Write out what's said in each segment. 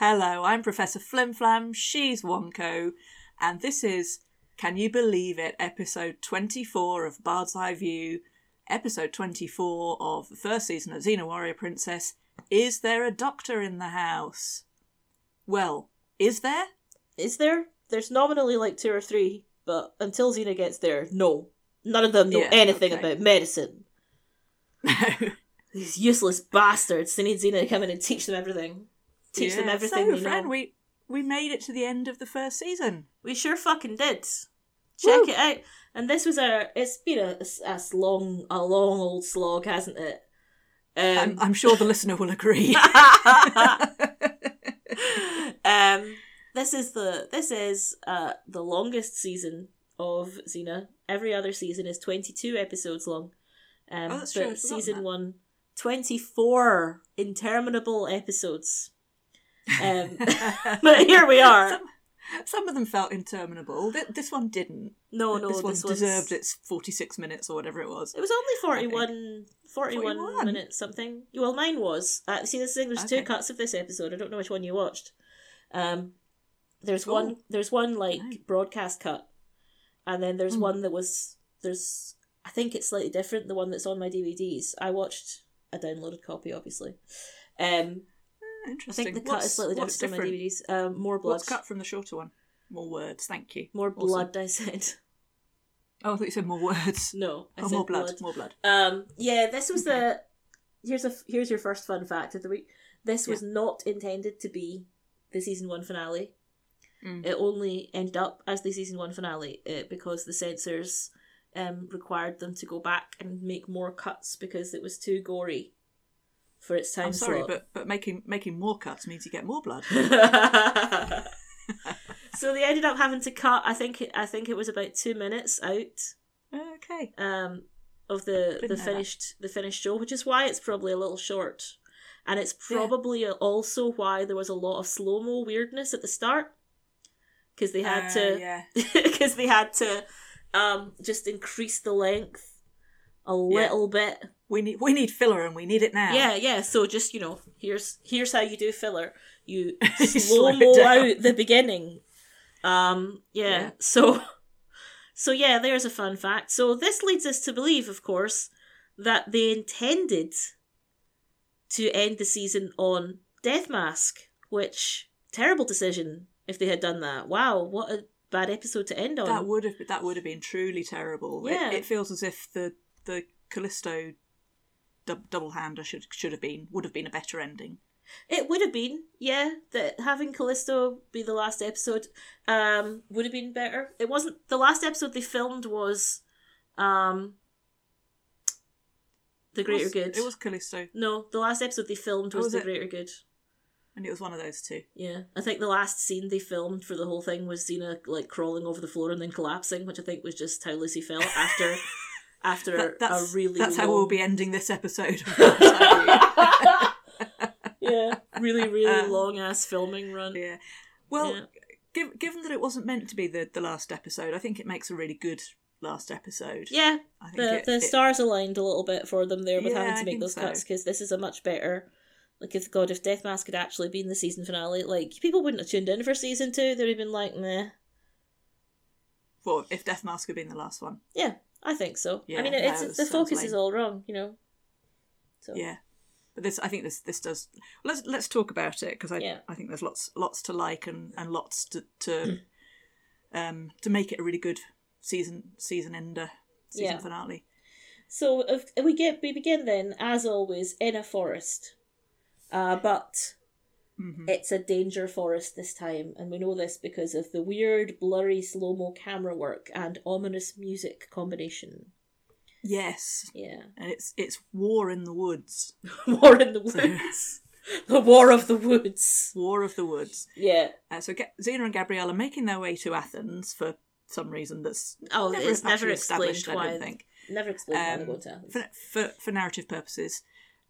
I'm Professor Flimflam, she's Wonko, and this is Can You Believe It, episode 24 of Bard's Eye View, episode 24 of the first season of Xena Warrior Princess. Is there a doctor in the house? Well, is there? Is there? There's nominally like two or three, but until Xena gets there, no. None of them know Yeah, anything okay. about medicine. No. These useless bastards. They need Xena to come in and teach them everything. Teach them Yeah, everything So, they Fran, know. we we made it to the end of the first season. We sure fucking did. Woo. Check it out. And this was our. It's been a, a long, a long old slog, hasn't it? I'm, I'm sure the listener will agree. um, this is the this is uh the longest season of Xena. Every other season is twenty two episodes long. Um, Oh, that's but true, I'd forgotten season that. one, 24 interminable episodes. Um, but here we are. Some, some of them felt interminable. Th- This one didn't. No, Oh, no, this this, one one's- deserved its 46 minutes or whatever it was. It was only think. 41, 41, 41? minutes something. Well, mine was. Uh, see, this thing. There's two Okay. cuts of this episode. I don't know which one you watched. Um, there's Cool. one. There's one like Nice. broadcast cut, and then there's Hmm. one that was. There's. I think it's slightly different. The one that's on my DVDs. I watched a downloaded copy, obviously. Um, Eh, I Interesting. think the cut is slightly what's different, on my DVDs. Um, more blood. What's cut from the shorter one? More words, thank you. More Awesome. blood. I said Oh, I thought you said more words. no. I oh, said more blood, more blood. Um, yeah, this was the here's a here's your first fun fact of the week. This was not intended to be the season one finale. Mm. It only ended up as the season one finale uh, because the censors um, required them to go back and make more cuts because it was too gory for its time I'm sorry, slot. but, but making making more cuts means you get more blood. so they ended up having to cut. I think it, I think it was about two minutes out okay. um, of the Didn't the know that. finished the finished show, which is why it's probably a little short, and it's Yeah. probably also why there was a lot of slow mo weirdness at the start because they had Uh, to Yeah. because they had to um, just increase the length a little bit. We need we need filler and we need it now. Yeah, yeah. So just you know, here's here's how you do filler. You You slow slow it mo down. out the beginning. Um, yeah. Yeah. So, so yeah, there's a fun fact. So this leads us to believe, of course, that they intended to end the season on Death Mask, which terrible decision if they had done that. Wow, what a bad episode to end on. That would have that would have been truly terrible. It- Yeah. It, feels as if the the Callisto dub, double hander should should have been would have been a better ending. It would have been, yeah, that having Callisto be the last episode um, would have been better. It wasn't the last episode they filmed was um, the It was- Greater Good. It was Callisto, no, the last episode they filmed Oh, was was, the it? Greater Good. and it was one of those two. Yeah, I think the last scene they filmed for the whole thing was Xena like crawling over the floor and then collapsing, which I think was just how Lucy felt after after That- that's a really that's long... how we'll be ending this episode. yeah, really really Um, long ass filming run. yeah. Well, Yeah. giv given that it wasn't meant to be the, the last episode, I think it makes a really good last episode. yeah, I think the, it- the it- stars aligned a little bit for them there with Yeah, having I to make think those so. cuts because this is a much better. Like if God, if Death Mask had actually been the season finale, like people wouldn't have tuned in for season two. They'd have been like, meh. well, if Death Mask had been the last one, Yeah, I think so. I Yeah, mean, it, no, it's it was- the that was focus is lame. all wrong, you know. So yeah. But this, I think this this does. Let's let's talk about it because I Yeah. I think there's lots lots to like and, and lots to to um to make it a really good season season ender season Yeah. finale. So if if we get we begin then, as always, in a forest, uh, but Mhm. it's a danger forest this time, and we know this because of the weird, blurry, slow mo camera work and ominous music combination. Yes, Yeah, and it's it's war in the woods, war in the woods, the war of the woods. war of the woods. Yeah. Uh, so Ga- Xena and Gabrielle are making their way to Athens for some reason that's Oh, never it's never actually explained established. I why. don't think Never explained why they Um, go to Athens. for, for for narrative purposes,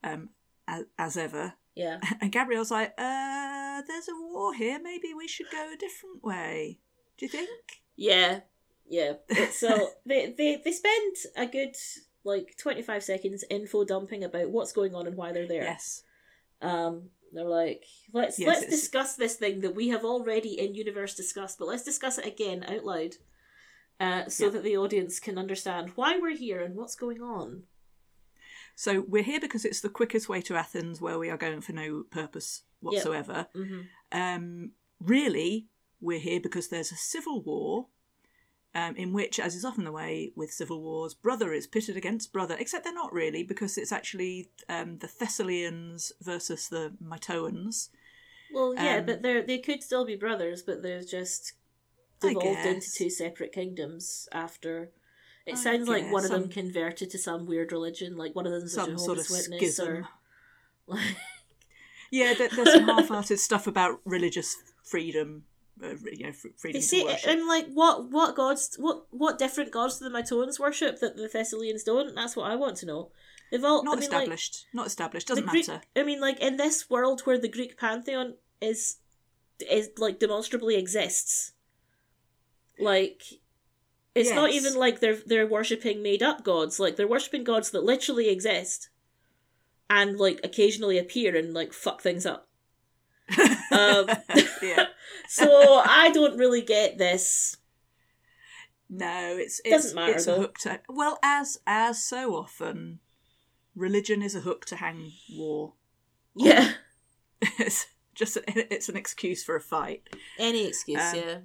um, as, as ever. Yeah. And Gabrielle's like, uh, there's a war here. Maybe we should go a different way. Do you think? Yeah, yeah. So they, they they spend a good like twenty five seconds info dumping about what's going on and why they're there. Yes. Um, They're like, let's Yes, let's it's- discuss this thing that we have already in universe discussed, but let's discuss it again out loud, uh, so Yeah. that the audience can understand why we're here and what's going on. So we're here because it's the quickest way to Athens, where we are going for no purpose whatsoever. Mm-hmm. Um, really, we're here because there's a civil war. Um, in which, as is often the way with civil wars, brother is pitted against brother, except they're not really, because it's actually um, the Thessalians versus the Mitoans. Well, yeah, Um, but they they could still be brothers, but they're just I devolved into guess. two separate kingdoms after. It I sounds like one of them guess, um, converted to some weird religion, like one of them's a Some Jehovah's sort of Witness, schism. or like, Yeah, there, there's some half-hearted stuff about religious freedom, uh, you know, fr- freedom they say. to worship. I'm like, what what gods? What what different gods do the Mitoans worship that the Thessalians don't? That's what I want to know. They've all not I mean, like, established. not established. Doesn't the Greek, matter. I mean, like in this world where the Greek pantheon is is like demonstrably exists, like it's not Yes. even like they're they're worshiping made up gods. Like they're worshiping gods that literally exist, and like occasionally appear and like fuck things up. Um, yeah. so I don't really get this. No, it's it's, Doesn't matter, it's though. a hook to well as as so often, religion is a hook to hang war. Yeah, it's just it's an excuse for a fight. any excuse. Um, yeah,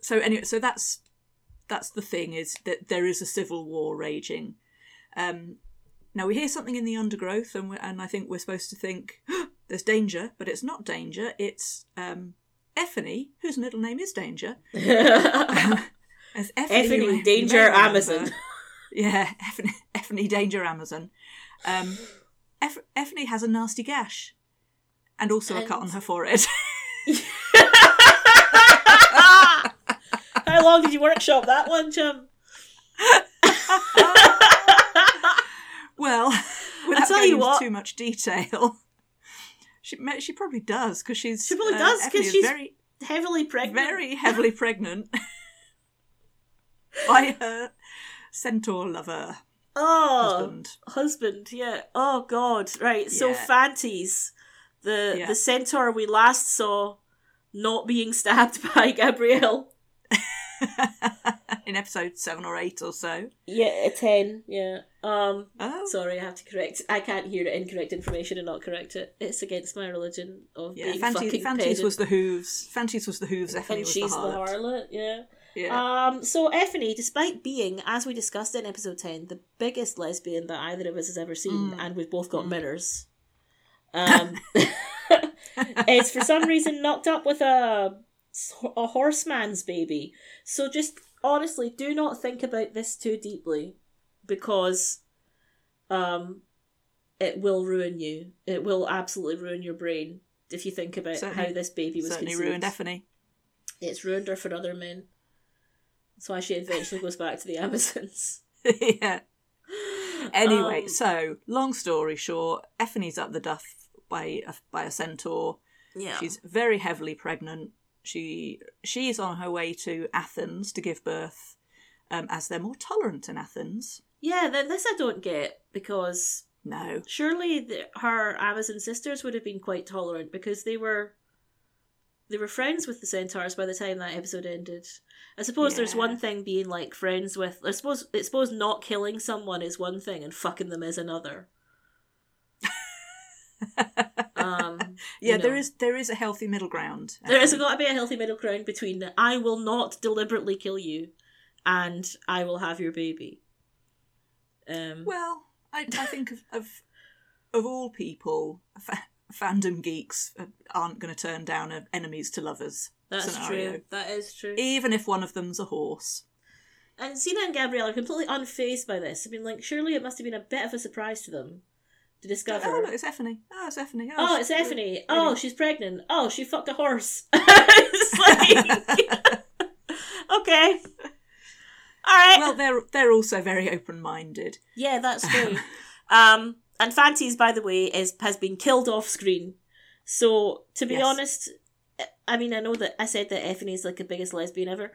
So anyway, so that's that's the thing is that there is a civil war raging. Um, now we hear something in the undergrowth, and we and I think we're supposed to think there's danger, but it's not danger. It's um, Effany, whose middle name is Danger. As Effany, you Effing may- danger, you may remember- Amazon. Yeah, Effany, Effany Danger Amazon. Um, Eff- Effany has a nasty gash and also a cut on And- her forehead. How long did you workshop that one, Jim? well, without tell going you into what. too much detail, she ma- she probably does because she's She probably does, 'cause Effany is she's- very Heavily pregnant. very heavily pregnant by her centaur lover oh husband. husband, yeah. Oh god. Right. So Yeah. Fantes, the Yeah. the centaur we last saw not being stabbed by Gabrielle. in episode seven or eight or so. Yeah, a ten, yeah. Um Oh, sorry, I have to correct I can't hear incorrect information and not correct it. It's against my religion of Oh, yeah. being Fanti- fucking Fantes pedant. was the hooves. Fantes was the hooves. Effany and was she's the harlot. yeah. Yeah. Um, so Effany, despite being, as we discussed in episode ten, the biggest lesbian that either of us has ever seen, Mm. and we've both got Mm. mirrors, um, is for some reason knocked up with a a horseman's baby. So just honestly, do not think about this too deeply, because, um, it will ruin you. It will absolutely ruin your brain if you think about Certainly- how this baby was Certainly conceived ruined Effany. it's ruined her for other men. That's why she eventually goes back to the Amazons. yeah. Anyway, Um, so long story short, Effany's up the duff by a, by a centaur. yeah, She's very heavily pregnant. She she is on her way to Athens to give birth, um, as they're more tolerant in Athens. yeah. Th- this I don't get because No, surely the, her Amazon sisters would have been quite tolerant because they were they were friends with the centaurs by the time that episode ended. I suppose there's Yeah. one thing being like friends with. I suppose I suppose not killing someone is one thing and fucking them is another. um, you yeah, there know. is there is a healthy middle ground. There has Effany. got to be a healthy middle ground between the I will not deliberately kill you and I will have your baby. Um, Well, I, I think of, of of all people, fa- fandom geeks aren't going to turn down a enemies to lovers that's scenario, true. That is true. even if one of them's a horse. and Zena and Gabrielle are completely unfazed by this. I mean, like, surely it must have been a bit of a surprise to them to discover. Oh, look, it's Effany. Oh, it's Effany. Oh, she's it's Effany. really- Oh, she's pregnant. Oh, she fucked a horse. it's like, okay. All right. well, they're they're also very open minded. Yeah, that's true. um, and Fantes, by the way, is has been killed off screen. So to be Yes. honest, I- I mean, I know that I said that Effany is like the biggest lesbian ever.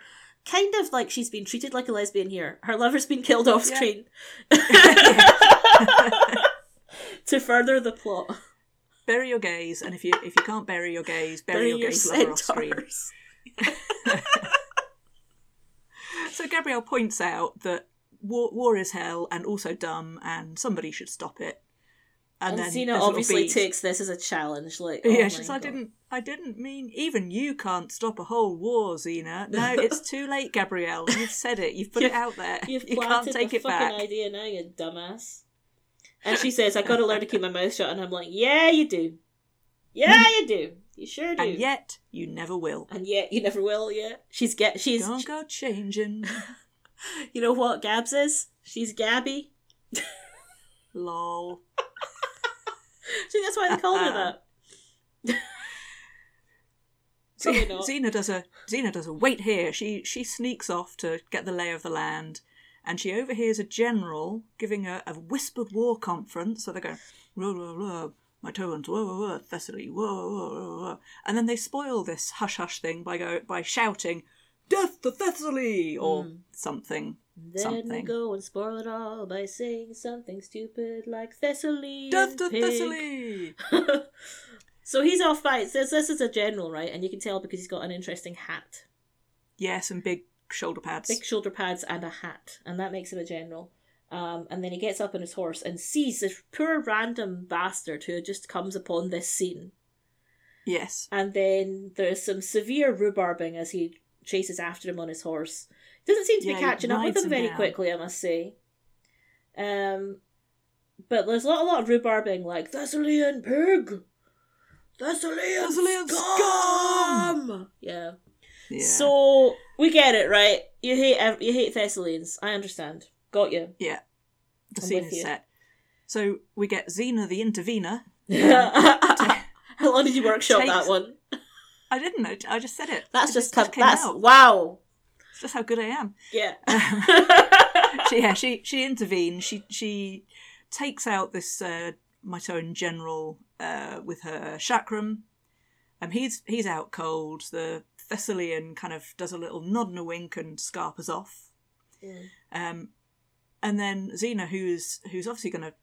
Kind of like she's been treated like a lesbian here. Her lover's been killed off Yeah. screen to further the plot. bury your gays, and if you if you can't bury your gays, bury, your, gay lover off screen. centaurs. So Gabrielle points out that war, war is hell and also dumb, and somebody should stop it. And, then Xena there's a little obviously beat. takes this as a challenge. Like, oh yeah, my she's. I God. didn't. I didn't mean. Even you can't stop a whole war, Xena. No, it's too late, Gabrielle. You've said it. You've put it out there. You've you planted can't take the it fucking back. idea now, you dumbass. And she says, "I got to learn to keep my mouth shut," and I'm like, "Yeah, you do. Yeah, you do. You sure do. And yet, you never will. and yet you never will. Yeah, she's get. She's. Don't go changing. You know what Gabs is? She's Gabby. Lol. So that's why they called her that. Probably not. Xena does a Xena does a wait here. She she sneaks off to get the lay of the land, and she overhears a general giving a, a whispered war conference. So they go, rah, rah, rah, my Tyrants, whoa, whoa, whoa, Thessaly, whoa, whoa, whoa, whoa, and then they spoil this hush hush thing by go by shouting, "Death to Thessaly!" or Hmm. something. Then something. we go and spoil it all by saying something stupid like Thessaly. Death to pig. Thessaly! So he's off fight. Says this is a general, right? And you can tell because he's got an interesting hat, Yes, and big shoulder pads. big shoulder pads, and a hat, and that makes him a general. Um, and then he gets up on his horse and sees this poor random bastard who just comes upon this scene. yes, And then there's some severe rhubarbing as he chases after him on his horse. Doesn't seem to Yeah, be he catching up with rides him him very down. quickly, I must say. Um, but there's a lot, a lot of rhubarbing, like Thessalian pig, Thessalian, Thessalian scum! scum!" Yeah. yeah. So we get it, right? You hate ev- you hate Thessalians. I understand. Got you. yeah, the I'm scene with is you. set. So we get Xena the intervener. How long did you workshop that Takes- one? I didn't. I, I just said it. That's It just, just came came that's out. wow. It's just how good I am. Yeah. She, yeah, she she intervenes. She she takes out this uh, Mitoan general uh, with her chakram. Um, he's he's out cold. The Thessalian kind of does a little nod and a wink and scarpers off. Um, and then Xena, who's who's obviously going to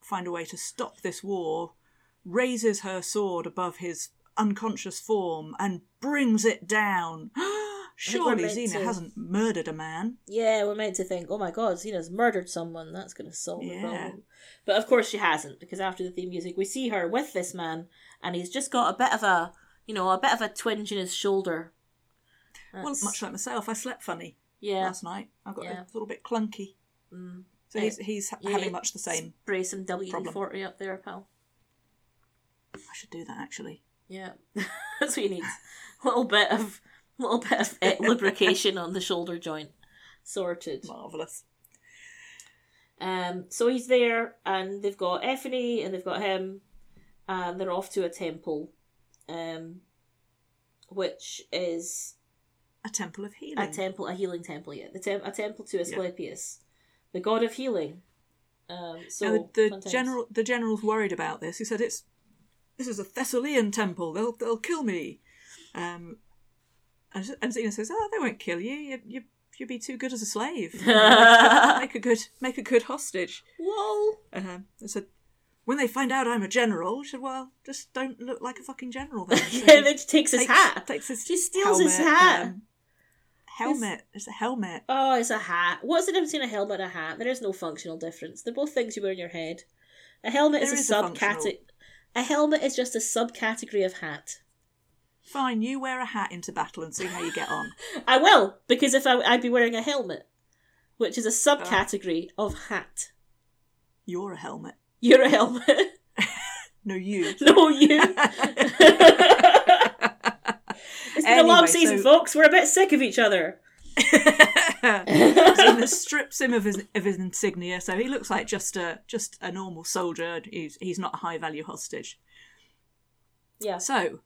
find a way to stop this war, raises her sword above his unconscious form and brings it down. Surely meant Xena to- hasn't murdered a man. Yeah, we're meant to think, oh my god, Xena's murdered someone, that's going to solve the Yeah. problem. But of course she hasn't, because after the theme music, we see her with this man, and he's just got a bit of a, you know, a bit of a twinge in his shoulder. Well, That's- much like myself, I slept funny yeah, last night. I got Yeah. a little bit clunky. Mm. So Eh, he's, he's ha- yeah, having much the same. Spray some WD-40 up there, pal. I should do that actually. Yeah, that's what you need. A little bit of, little bit of eh, lubrication on the shoulder joint. Sorted. Marvellous. Um, so he's there, and they've got Effany, and they've got him, and they're off to a temple, um, which is A temple of healing. a temple, a healing temple. Yeah, the tem- a temple to Asclepius, the god of healing. Um, so now the, fun the times. general, the general's worried about this. He said, "It's this is a Thessalian temple. They'll they'll kill me." Um, and, and Xena says, "Oh, they won't kill you. You you you'd be too good as a slave. make a good make a good hostage." Lol. Um, I said, "When they find out I'm a general," she said, "Well, just don't look like a fucking general then." So yeah, he then she takes his takes- hat. Takes his She steals his helmet, hat. um, helmet. It's a helmet. Oh, it's a hat. What's the difference between a helmet and a hat? There is no functional difference. They're both things you wear on your head. A helmet There is is a a subcategory. functional- A helmet is just a subcategory of hat. Fine, you wear a hat into battle and see how you get on. I will because if I, I'd be wearing a helmet, which is a subcategory of hat. You're a helmet. You're a helmet. No, you. no, you. it's been a long Anyway, season, so- folks. We're a bit sick of each other. Xena strips him of his of his insignia, so he looks like just a just a normal soldier. He's he's not a high value hostage. Yeah. So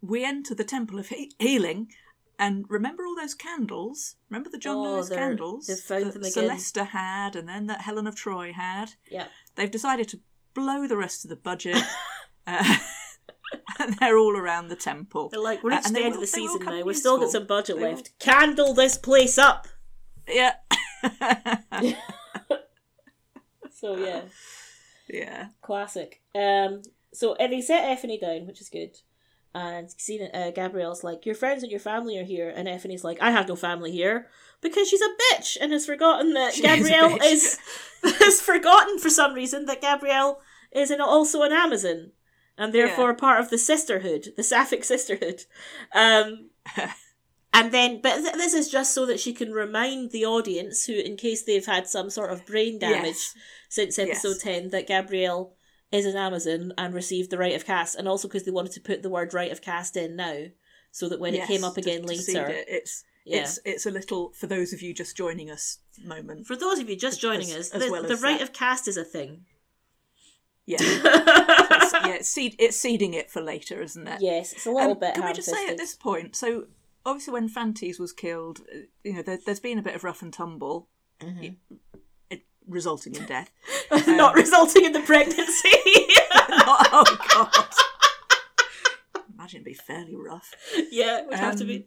we enter the temple of he- healing, and remember all those candles. Remember the John Oh, Lewis they're- candles they've found that them again. Celesta had, and then that Helen of Troy had. Yeah. They've decided to blow the rest of the budget. uh, and they're all around the temple. They're like, we're Uh, at and the they end of will- the they will season come now. We've still got useful. some budget They will- left. Candle this place up. Yeah. So yeah, yeah. classic. Um, So uh, they set Effany down, which is good. And Xena, uh, Gabrielle's like, Your friends and your family are here. And Effany's like, I have no family here. Because she's a bitch and has forgotten that She is a Gabrielle bitch. is, has forgotten for some reason that Gabrielle is an, also an Amazon. And therefore part of the sisterhood, the Sapphic sisterhood. Um, and then, but th- this is just so that she can remind the audience who, in case they've had some sort of brain damage Yes. since episode Yes. 10 that Gabrielle is an Amazon and received the right of cast, and also because they wanted to put the word right of cast in now so that when it came Yes, up again to- to seed later. it. It's Yeah. it's it's a little for those of you just joining us moment. For those of you just joining As- us, as the, well the as right that. of cast is a thing. Yeah, it's, yeah. It's, seed, it's seeding it for later, isn't it? yes, it's a Um, little bit. Can we just say ham-fisted. at this point? So obviously, when Fantes was killed, uh, you know, there, there's been a bit of rough and tumble, Mm-hmm. it, resulting in death. Not resulting in the pregnancy. oh God! Imagine it'd be fairly rough. yeah, it would have to Um, be.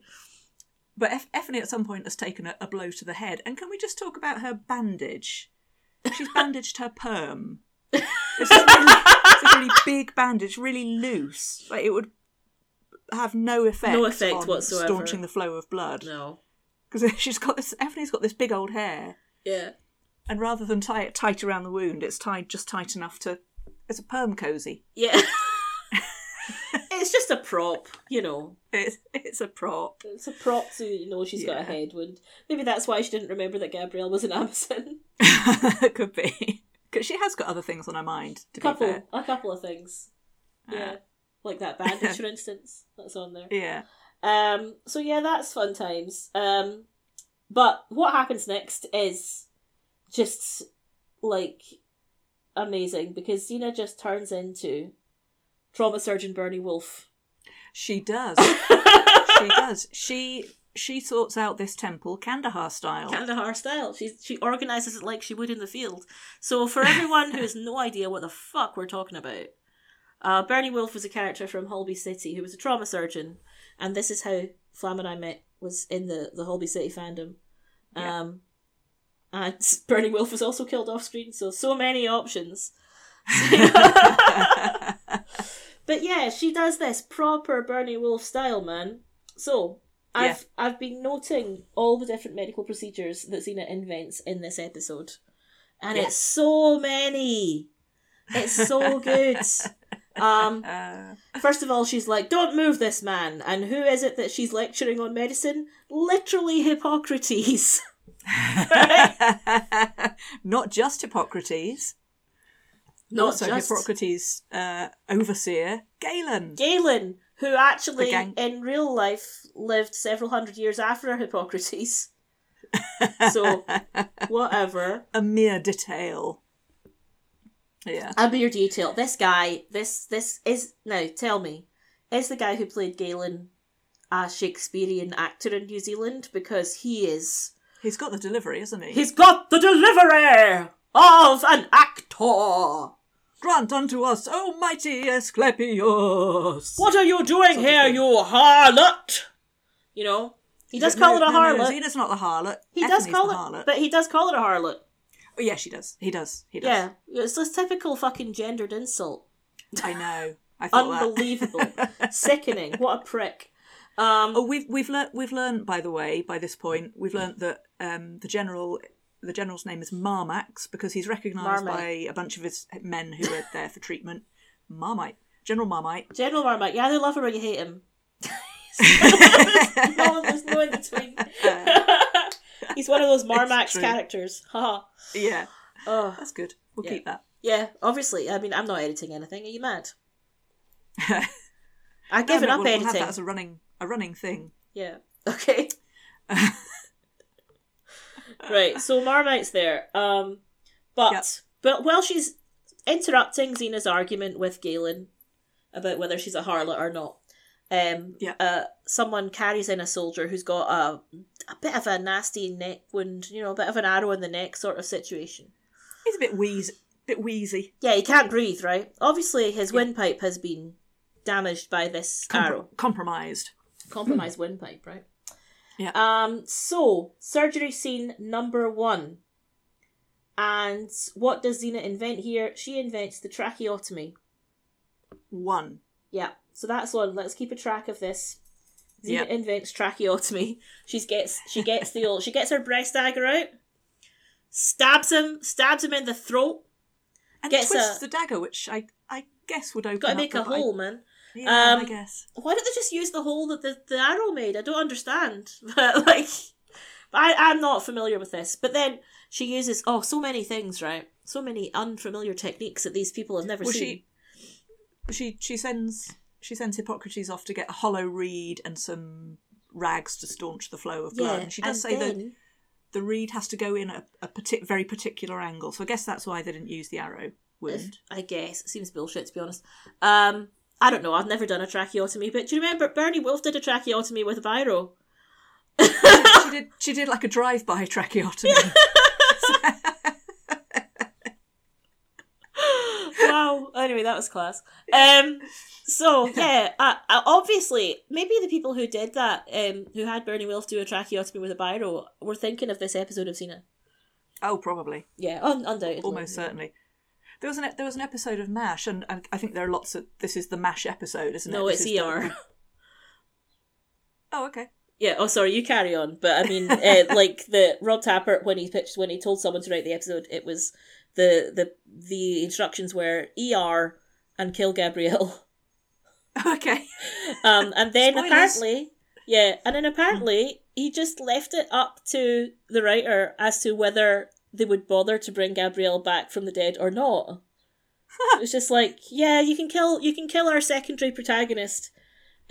But Ef- Effany at some point has taken a, a blow to the head. And can we just talk about her bandage? She's bandaged her perm. It's a really, it's a really big bandage, really loose. Like it would have no effect, No effect on whatsoever. staunching the flow of blood. No. Because she's got this. Effany's got this big old hair, Yeah. and rather than tie it tight around the wound, it's tied just tight enough to. It's a perm cozy. Yeah. it's just a prop, you know. It's it's a prop. It's a prop to you know she's got a Yeah. head wound. Maybe that's why she didn't remember that Gabrielle was an Amazon. Could be because she has got other things on her mind. To be fair. Uh, couple, a couple of things. Yeah, like that bandage, for instance, that's on there. Yeah. Um, so yeah, that's fun times. Um, but what happens next is just like amazing because Xena just turns into trauma surgeon Bernie Wolf. She does. she does. She she sorts out this temple Kandahar style. Kandahar style. She's, she organises it like she would in the field. So, for everyone who has no idea what the fuck we're talking about, uh, Bernie Wolf was a character from Holby City who was a trauma surgeon, and this is how Flam and I met was in the, the Holby City fandom. Yeah. Um, and Bernie Wolf was also killed off screen, so, so many options. But yeah, she does this proper Bernie Wolf style, man. So I've I've been noting all the different medical procedures that Xena invents in this episode, and Yeah. it's so many. It's so good. um, Uh, first of all, she's like, "Don't move this man," and who is it that she's lecturing on medicine? Literally Hippocrates. not just Hippocrates. Not also just- Hippocrates' uh, overseer Galen. Galen, who actually The gang- in real life lived several hundred years after Hippocrates. so, whatever. A mere detail. Yeah. A mere detail. This guy, this this is now tell me, is the guy who played Galen a Shakespearean actor in New Zealand because he is He's got the delivery, isn't he? he's got the delivery of an actor. Grant unto us, O mighty Asclepius. What are you doing Sort of here, thing. you harlot? You know, he does call it a no, harlot. No, Xena's not the harlot. He does Ethne's call the it, harlot. but he does call it a harlot. Oh, yeah, she does. He does. He does. Yeah, it's this typical fucking gendered insult. I know. I thought that. Unbelievable, sickening. What a prick. Um, Oh, we've we've learnt we've learned by the way by this point we've learnt that um, the general the general's name is Marmax because he's recognised Marmite. by a bunch of his men who were there for treatment. Marmite, General Marmite. General Marmite. Yeah, they love him or you hate him. no, there's no in between. He's one of those Marmax Uh, true. characters. Haha. Yeah, oh, that's good. We'll Yeah. keep that. yeah. Obviously, I mean, I'm not editing anything. Are you mad? I've given No, up no, we'll, we'll have editing. that as a running a running thing. Yeah. Okay. right. So Marmite's there. Um, but Yep. but while she's interrupting Xena's argument with Galen about whether she's a harlot or not, um, Yeah. uh, someone carries in a soldier who's got a a bit of a nasty neck wound, you know, a bit of an arrow in the neck sort of situation. He's a bit wheeze, bit wheezy. Yeah, he can't breathe, right? Obviously, his windpipe has been damaged by this Compro- arrow. Compromised. compromised windpipe, right? Hmm. Yeah. Um. So surgery scene number one. And what does Xena invent here? She invents the tracheotomy. One. Yeah, so that's one. Let's keep a track of this. Xena Yeah. invents tracheotomy. She gets she gets the old she gets her breast dagger out, stabs him, stabs him in the throat. And Gets twists a- the dagger, which I I guess would open Got to up make the- a hole, man. I, yeah, I Um, guess. Why don't they just use the hole that the, the arrow made? I don't understand. But like, I I'm not familiar with this. But then she uses oh so many things right, so many unfamiliar techniques that these people have never Well, seen. she she she sends she sends Hippocrates off to get a hollow reed and some rags to staunch the flow of blood. and Oh, she does and say that then- the reed has to go in at a, a partic- very particular angle. So I guess that's why they didn't use the arrow wound. I guess. It seems bullshit, to be honest. Um, I don't know. I've never done a tracheotomy, but do you remember Bernie Wolf did a tracheotomy with a biro? she did she did like a drive by tracheotomy. wow. Anyway, that was class. Um, so yeah, uh, uh, obviously, maybe the people who did that, um, who had Bernie Wolf do a tracheotomy with a biro, were thinking of this episode of Cena. oh, probably. Yeah, un- undoubtedly. almost certainly. There was an e, there was an episode of Mash, and, and I think there are lots of this is the Mash episode, isn't it? No, This it's is the- ER. oh, okay. Yeah. Oh, sorry. You carry on. But I mean, uh, like the Rob Tapper when he pitched when he told someone to write the episode, it was the the the instructions were ER and kill Gabrielle. Okay. Um, and then Spoilers. apparently, yeah, and then apparently he just left it up to the writer as to whether they would bother to bring Gabrielle back from the dead or not. it was just like, yeah, you can kill you can kill our secondary protagonist.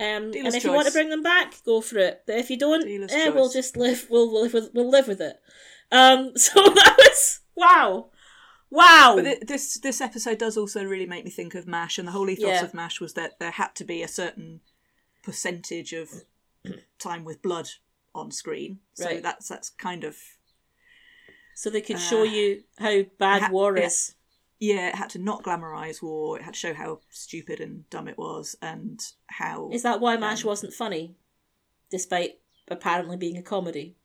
Um, and Dealer's if you want to choice. bring them back, go for it. But if you don't, Dealer's eh, we'll choice. just live. We'll we'll live with, we'll live with it. Um, so that was wow, wow. But thi- this this episode does also really make me think of Mash, and the whole ethos Yeah. of Mash was that there had to be a certain percentage of time with blood on screen. So Right. that's that's kind of so they could show you how bad Uh, ha- war yeah. is. yeah. It had to not glamorize war. It had to show how stupid and dumb it was, and how Is that why MASH Um, wasn't funny? Despite apparently being a comedy.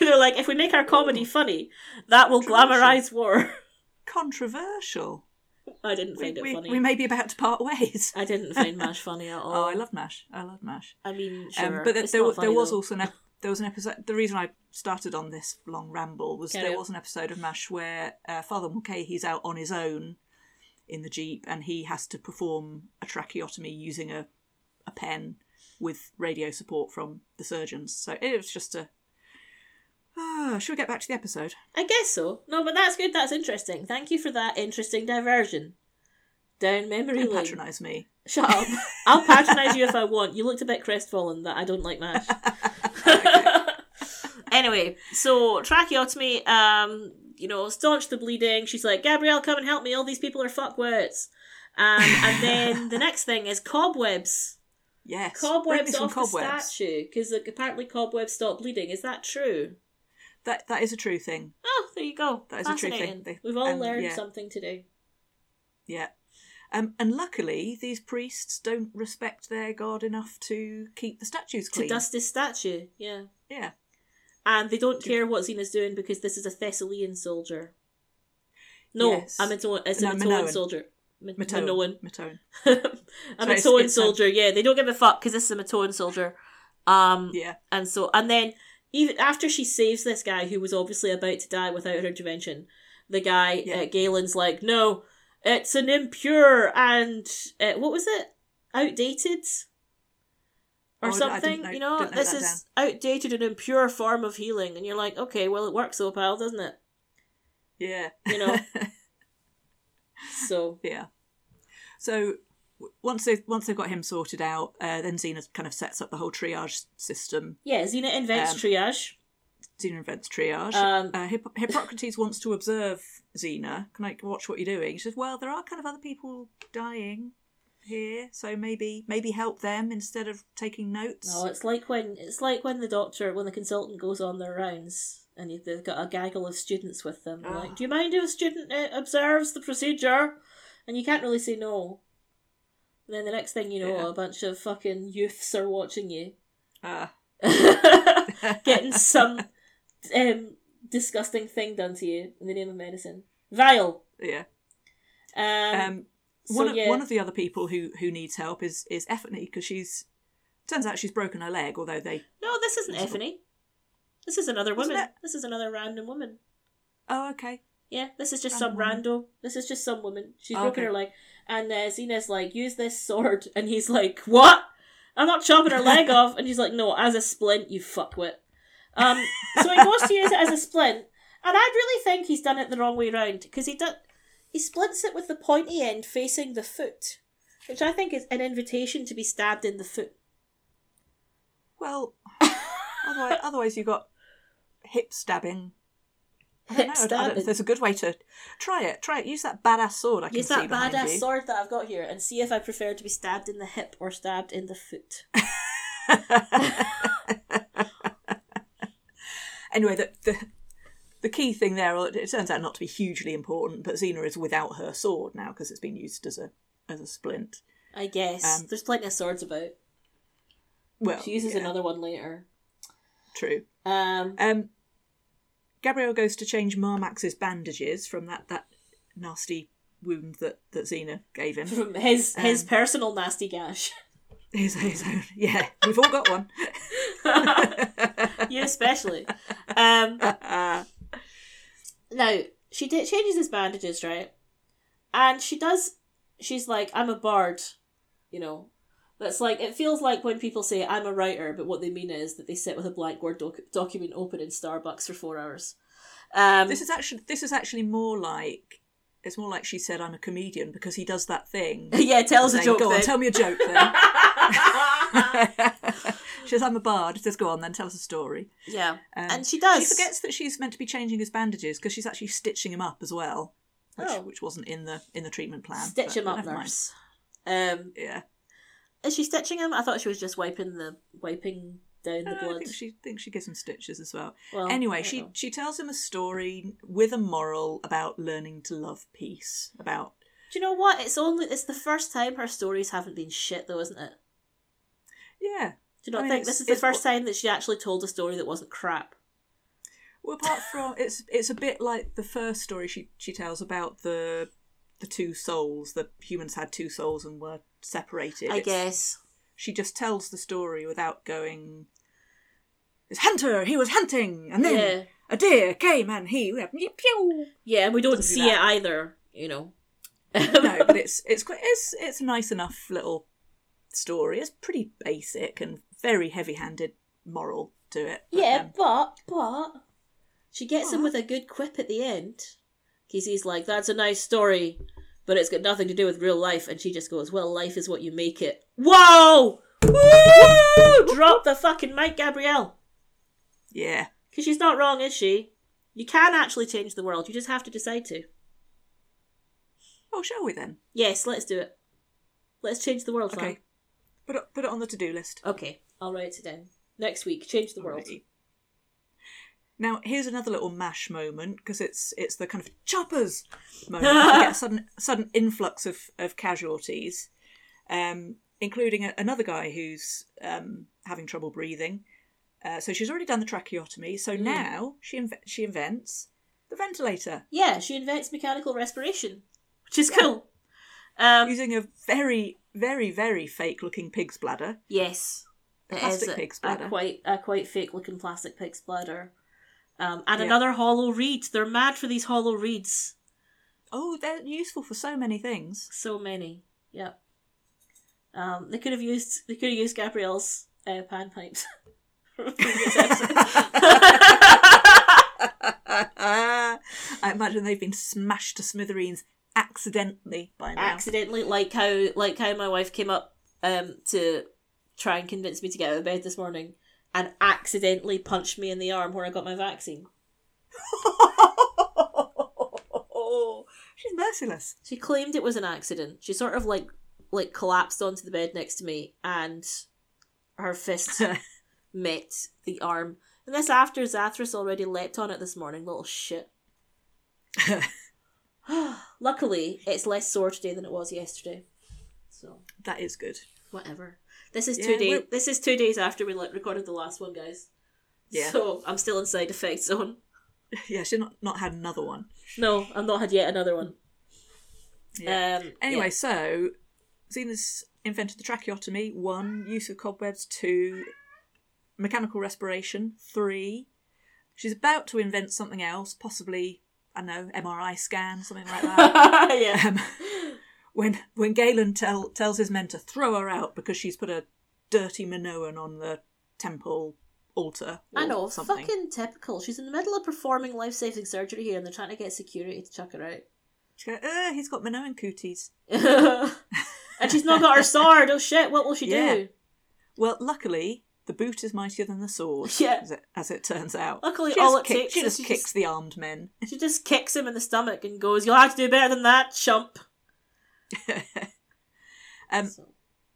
They're like, if we make our comedy funny, that will glamorize war. controversial. I didn't We, find it we, funny. we may be about to part ways. I didn't find MASH funny at all. Oh, I love Mash. I love Mash. I mean, Um, sure. but th- it's there, not there funny, was though. also an ep- there was an episode. The reason I started on this long ramble was Carry there on. was an episode of Mash where uh, Father Mulcahy's out on his own in the jeep, and he has to perform a tracheotomy using a a pen with radio support from the surgeons. So it was just a. Ah, should we get back to the episode? I guess so. No, but that's good. That's interesting. Thank you for that interesting diversion. Down memory Don't lane. patronise me. Shut up. I'll patronise you if I want. You looked a bit crestfallen that I don't like MASH. anyway, so tracheotomy, um, you know, staunch the bleeding. She's like, Gabrielle, come and help me. All these people are fuckwits. Um, and then the next thing is cobwebs. Yes. Bring me Cobwebs some off the statue because apparently cobwebs stop bleeding. Is that true? That that is a true thing. Oh, there you go. That is a true thing. Fascinating. They- We've all and, learned yeah. something today. Yeah. Um, and luckily, these priests don't respect their god enough to keep the statues To clean. dust this statue, yeah. Yeah. and they don't care what Xena's doing because this is a Thessalian soldier. No, Yes. a Mito- it's a No, Matoan Minoan. soldier. Ma- Matoan. Minoan. Matoan. a it's- Matoan it's a- soldier, yeah. They don't give a fuck because this is a Matoan soldier. Um, Yeah. And so, and then even after she saves this guy who was obviously about to die without her intervention, the guy, Yeah. uh, Galen's like, no, it's an impure and, uh, what was it? Outdated? Or Oh, I d- I didn't something, know- you know, didn't know this that is outdated and impure form of healing, and you're like, okay, well, it works, though, pal, doesn't it? Yeah. You know. So yeah. So w- once they once they've got him sorted out, uh, then Xena kind of sets up the whole triage system. yeah, Xena invents Um, triage. Xena invents triage. Um, uh, Hip- Hippocrates wants to observe Xena. Can I watch what you're doing? She says, "Well, there are kind of other people dying here, so maybe maybe help them instead of taking notes." No, it's like when it's like when the doctor, when the consultant goes on their rounds and you- they've got a gaggle of students with them. They're Ah. Like, do you mind if a student uh, observes the procedure? And you can't really say no. And then the next thing you know, Yeah. a bunch of fucking youths are watching you, Uh, getting some um, disgusting thing done to you in the name of medicine. Vile. yeah. Um, Um, so one of yeah. one of the other people who who needs help is is Effany because she's turns out she's broken her leg. Although they no, this isn't Effany. This is another Isn't woman. it? This is another random woman. oh okay Yeah, this is just some Random rando. This is just some woman. She's Oh, broken okay. her leg, and uh, Zena's like, "Use this sword," and he's like, "What? I'm not chopping her leg off." And she's like, "No, as a splint, you fuckwit." Um, so he goes to use it as a splint, and I really think he's done it the wrong way round because he does he splints it with the pointy end facing the foot, which I think is an invitation to be stabbed in the foot. well otherwise otherwise you got hip stabbing. I don't Hip know. I don't know stabbing. if there's a good way to try it. Try it. Use that badass sword. I can Use see that behind badass you. sword that I've got here and see if I prefer to be stabbed in the hip or stabbed in the foot. anyway, the, the the key thing there, well, it turns out not to be hugely important, but Xena is without her sword now because it's been used as a as a splint. I guess. Um, There's plenty of swords about. Well, She uses yeah, another one later. True. Um, Um, Gabrielle goes to change Marmax's bandages from that that nasty wound that that Xena gave him. from his his um, personal nasty gash. His, his own. Yeah, we've all got one. you especially. Um, Uh, now she did, changes his bandages, right? And she does. She's like, "I'm a bard," you know. That's like it feels like when people say I'm a writer, but what they mean is that they sit with a blank word doc- document open in Starbucks for four hours. Um, this is actually this is actually more like it's more like she said I'm a comedian because he does that thing. yeah, tell us a saying, joke. go on, then. tell me a joke then. she says, I'm a bard. She says, go on then, tell us a story. yeah, Um, and she She does. forgets that she's meant to be changing his bandages because she's actually stitching him up as well, which, Oh. which wasn't in the in the treatment plan. Stitch but him up, never mind. nurse. Um, Yeah, is she stitching him? I thought she was just wiping the wiping down the No, Uh, I blood. Oh, think she thinks she gives him stitches as well. Well, I anyway, don't she know. she tells him a story with a moral about learning to love peace. About Do you know what? It's only it's the first time her stories haven't been shit, though, isn't it? yeah, Do you not I mean, think it's- this is the it's first time that she actually told a story that wasn't crap? Well, apart from it's it's a bit like the first story she she tells about the the two souls. The humans had two souls and were separated. I It's- guess. she just tells the story without going. This hunter, he was hunting, and then Yeah, a deer came, and he went, yip, pew." yeah, and we don't Doesn't do see that. it either. You know. No, but it's it's quite it's it's a nice enough little story. It's pretty basic and very heavy-handed moral to it. but, Yeah, um, but but she gets him What? with a good quip at the end. Because he's like, "That's a nice story, but it's got nothing to do with real life." And she just goes, "Well, life is what you make it." Whoa! Woo! Drop the fucking mic, Gabrielle. um, yeah, Because she's not wrong, is she? You can actually change the world. You just have to decide to. Oh, shall we then? Yes, let's do it. Let's change the world. Okay, Okay. put it, put it on the to-do list. Okay. I'll write it down. Next week, change the world. Alrighty. Now here's another little mash moment because it's it's the kind of choppers moment. we get a sudden sudden influx of of casualties, um, including a, another guy who's um, having trouble breathing. Uh, so she's already done the tracheotomy. So now she inve- she invents the ventilator Yeah, she invents mechanical respiration, which is cool. Um, using a very very very fake looking pig's bladder. Yes, it plastic is a- pig's A bladder. quite a quite fake looking plastic pig's bladder, um, and Yeah. another hollow reed. They're mad for these hollow reeds. Oh, they're useful for so many things. So many. Yep. Um, they could have used they could have used Gabrielle's uh, pan pipes. from previous episodes. I imagine they've been smashed to smithereens accidentally by now. Accidentally, like how like how my wife came up um, to try and convince me to get out of bed this morning, and accidentally punched me in the arm where I got my vaccine. She's merciless. She claimed it was an accident. She sort of like like collapsed onto the bed next to me and her fist met the arm. And this after Zathras already leapt on it this morning, little shit. Luckily, it's less sore today than it was yesterday. So that is good. whatever. This is two Yeah, days we're- this is two days after we like recorded the last one, guys. Yeah, So I'm still in side effect zone. yeah. She's not not had another one. No, I've not had yet another one. Yeah. Um, Anyway, so Xena's invented the tracheotomy, one, use of cobwebs, two, mechanical respiration, three. She's about to invent something else, possibly, I don't know, MRI scan, something like that. yeah. yeah. um, when when Galen tell, tells his men to throw her out because she's put a dirty Minoan on the temple altar. Or I know, something. fucking typical. She's in the middle of performing life saving surgery here and they're trying to get security to chuck her She goes, uh, he's got Minoan cooties. out. and she's not got her sword. Oh shit, what will she Yeah. do? Well, luckily, the boot is mightier than the sword. Yeah. As it, as it turns out. Luckily, she all just it kick- takes she is just to kicks just- the armed men. She just kicks him in the stomach and goes, You'll have to do better than that, chump. Um, So-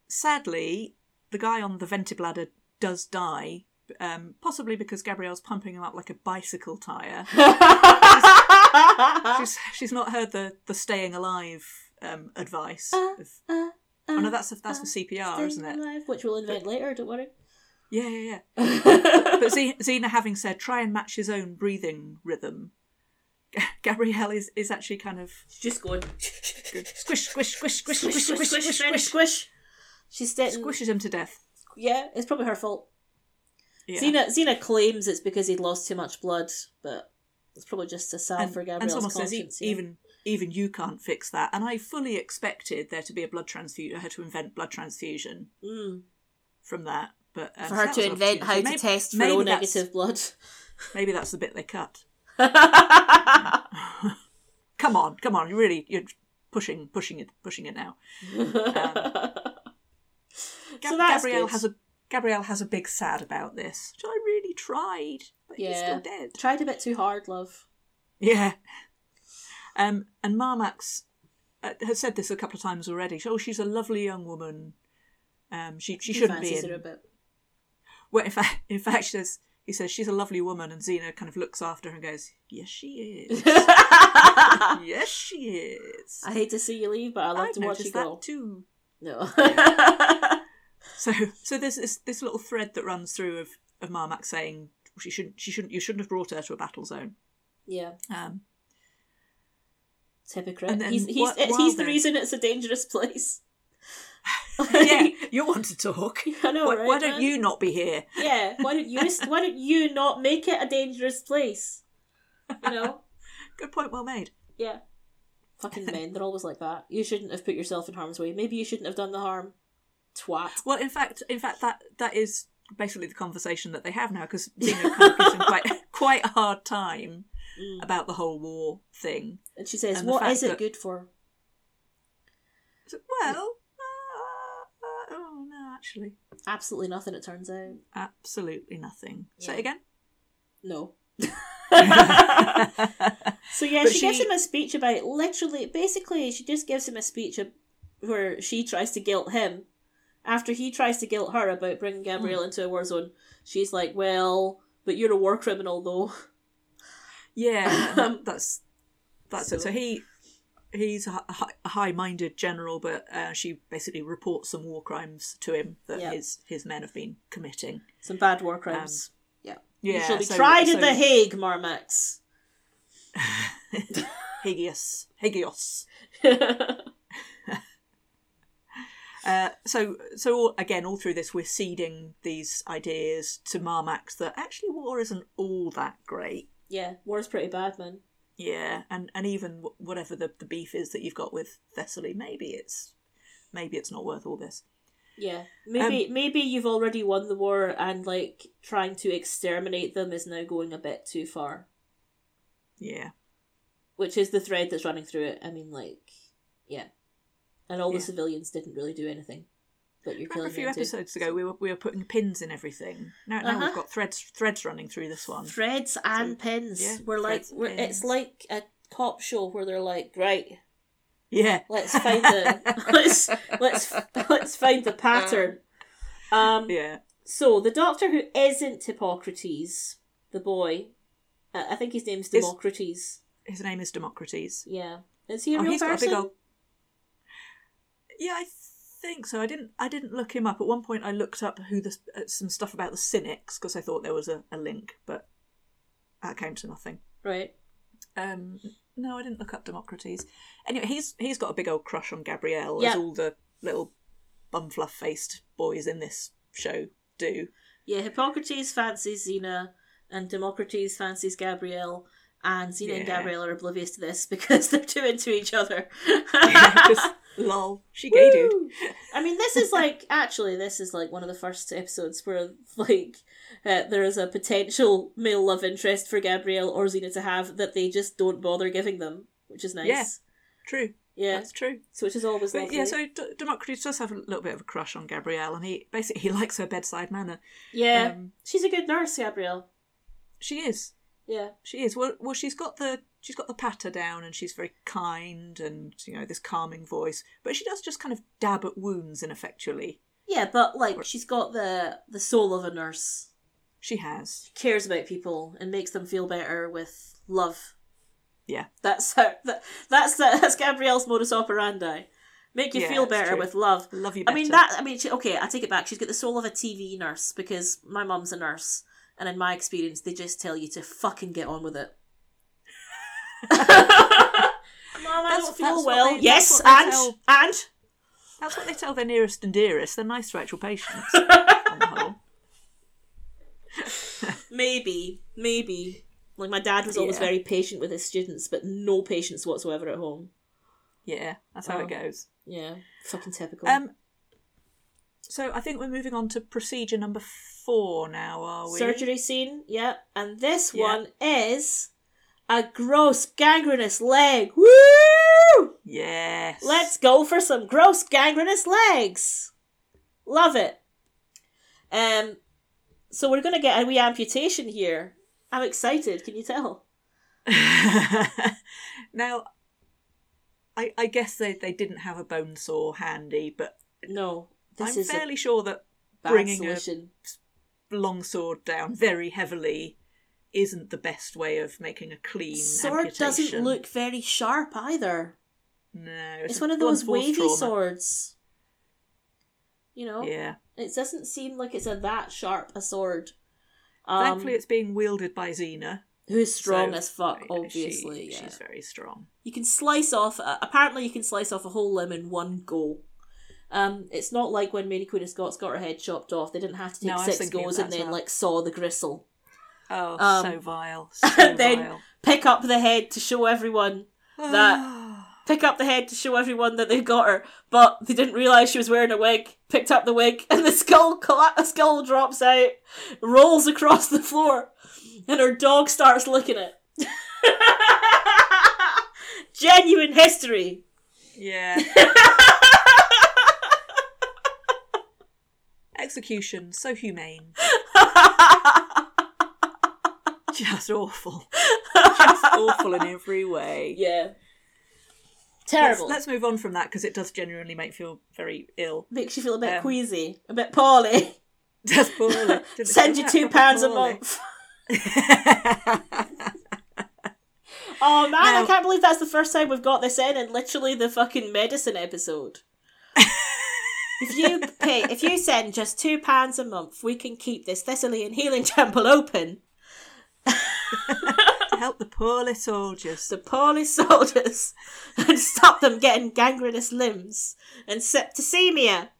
sadly, the guy on the ventibladder does die, um, possibly because Gabrielle's pumping him up like a bicycle tyre. Ah. she's, she's not heard the, the staying alive um, advice. Uh, of, uh, oh no, uh, that's that's for uh, CPR, isn't Staying it? alive, which we'll invent later, don't worry. Yeah, yeah, yeah. But Ze- Xena, having said, try and match his own breathing rhythm. Gabrielle is, is actually kind of She's just going squish, squish, squish, squish, squish, squish, squish, squish, squish, squish, squish. She's sitting. squishes him to death. Yeah, it's probably her fault. Yeah. Xena, Xena claims it's because he'd lost too much blood, but it's probably just a salve and, for and Gabrielle's someone conscience. says, "E- yeah. even even you can't fix that. And I fully expected there to be a blood transfusion, her to invent blood transfusion Mm. from that. But um, so for her that to was an invent how to opportunity. Maybe- test for maybe O that's- negative blood. Maybe that's the bit they cut. Come on, come on! You really you're pushing, pushing it, pushing it now. Um, Gab- So that's Gabrielle good. has a Gabrielle has a big sad about this. So I really tried, but he's Yeah. still dead. Tried a bit too hard, love. Yeah. Um, and Marmax uh, has said this a couple of times already. Oh, she's a lovely young woman. Um, she she He shouldn't be fancies her a in. bit. Well, in fact, in fact, she says he says she's a lovely woman, and Xena kind of looks after her and goes, "Yes, she is. I yes, she is." hate to see you leave, but I love I've to watch you noticed that go. too. No. So so there's this this little thread that runs through of of Marmax saying she shouldn't she shouldn't you shouldn't have brought her to a battle zone. yeah, Um, it's hypocrite. And then he's he's, what- it's- while he's the they're- reason it's a dangerous place. yeah, you want to talk. I know, why, right? why don't man? you not be here? Yeah, why don't you? Why don't you not make it a dangerous place? You know. Good point, well made. Yeah. Fucking men, they're always like that. You shouldn't have put yourself in harm's way. Maybe you shouldn't have done the harm. Twat. Well, in fact, in fact, that that is basically the conversation that they have now because Xena kind of gives him quite quite a hard time Mm. about the whole war thing. And she says, And the "What fact is it that- good for?" So, well, uh, uh, oh no, actually, Absolutely nothing. It turns out. absolutely nothing. Say Yeah. it again. No. so yeah, But she, gives she- him a speech about literally, basically, she just gives him a speech ab- where she tries to guilt him after he tries to guilt her about bringing Gabrielle into a war zone. She's like, "Well, but you're a war criminal, though." Yeah, that- that's that's it. So- So he he's a hi- a high-minded general, but uh, she basically reports some war crimes to him that Yeah. his his men have been committing. Some bad war crimes. yeah. Um, Yeah, you shall be so- tried in so- the Hague, Marmax. Higeus, Higeus. yeah. Uh, so so all, again, all through this, we're seeding these ideas to Marmax that actually war isn't all that great. War's pretty bad, man. Yeah, and and even wh- whatever the, the beef is that you've got with Thessaly, maybe it's maybe it's not worth all this. Yeah. Maybe Um, maybe you've already won the war and like trying to exterminate them is now going a bit too far. Yeah. Which is the thread that's running through it. I mean like yeah. And all Yeah. the civilians didn't really do anything. But you're Remember killing a few them too. episodes ago, we were we were putting pins in everything. Now, now Uh-huh. we've got threads threads running through this one. Threads and pins. yeah, we're like threads and we're, pins. it's like a cop show where they're like, right, Yeah, let's find the let's let's let's find the pattern. Um Uh, yeah, So the doctor who isn't Hippocrates, the boy, uh, I think his name's Democritus. his name is Democritus. Yeah, is he a Oh, real he's got a person? big old. Yeah, I think so. I didn't I didn't look him up. At one point, I looked up who the uh, some stuff about the cynics because I thought there was a, a link, but that came to nothing. Right. Um, No, I didn't look up Democrates. Anyway, he's he's got a big old crush on Gabrielle, Yeah. as all the little bum fluff faced boys in this show do. Yeah, Hippocrates fancies Xena, and Democrates fancies Gabrielle, and Xena and Yeah. Gabrielle are oblivious to this because they're too into each other. Just, lol, she gay dude. Woo! I mean, this is like actually, this is like one of the first episodes where like uh, there is a potential male love interest for Gabrielle or Xena to have that they just don't bother giving them, which is nice. Yeah. True, Yeah. that's true. So which is always But lovely. yeah, so D- Democrates does have a little bit of a crush on Gabrielle, and he basically he likes her bedside manner. yeah. Um, she's a good nurse, Gabrielle. she is, Yeah. she is. Well, well, she's got the she's got the patter down, and she's very kind, and you know this calming voice. But she does just kind of dab at wounds ineffectually. Yeah, but like she's got the the soul of a nurse. She has, cares about people and makes them feel better with love. yeah, That's her. That, that's uh, that's Gabrielle's modus operandi. Make you Yeah, feel it's better true. with love. love you. I Better. mean that. I mean, she, okay, I take it back. She's got the soul of a TV nurse because my mum's a nurse, and in my experience, they just tell you to fucking get on with it. Mum, I That's- don't that's feel what well. they- that's yes, what they and tell- and That's what they tell their nearest and dearest. They're nice to actual patients, on the whole. maybe, maybe. Like my dad was always Yeah. very patient with his students, but no patience whatsoever at home. Yeah, that's how Oh. it goes. Yeah, fucking typical. Um, so I think we're moving on to procedure number four now, are we? Surgery scene, yeah. And this Yeah. one is a gross gangrenous leg. Woo! Yes. Let's go for some gross gangrenous legs. Love it. Um, so we're gonna get a wee amputation here. I'm excited. Can you tell? now, I, I guess they, they didn't have a bone saw handy, but No, this I'm is a fairly sure that bad bringing a- solution. long sword down very heavily isn't the best way of making a clean Sword amputation. doesn't look very sharp either. No, It's, a one of those one-fourth wavy trauma. swords. You know. Yeah. It doesn't seem like it's a that sharp a sword. Um, Thankfully, it's being wielded by Xena. who's strong so- as fuck, Yeah, she- obviously. yeah. She's very strong. You can slice off. Uh, apparently, you can slice off a whole limb in one go. Um, it's not like when Mary Queen of Scots got her head chopped off. They didn't have to take No, I was six thinking of goes that and as then well. like saw the gristle, Oh, Um, so vile. So and then vile. pick up the head to show everyone, that- pick up the head to show everyone that they got her. But they didn't realize she was wearing a wig. Picked up the wig, and the skull colla- a skull drops out, rolls across the floor, and her dog starts licking it. Genuine history. Yeah. Execution, so humane. Just awful. Just awful in every way. yeah. Let's, Terrible. let's move on from that because it does genuinely make me feel very ill. Makes you feel a bit um, queasy, a bit poorly. Just poorly. Didn't Send you feel two that pounds a poorly. month. Oh man, I Now- can't believe that's the first time we've got this in in literally the fucking medicine episode. if you pay, if you send just two pounds a month, we can keep this Thessalian healing temple open to help the poorly soldiers. to poorly soldiers and stop them getting gangrenous limbs and septicemia.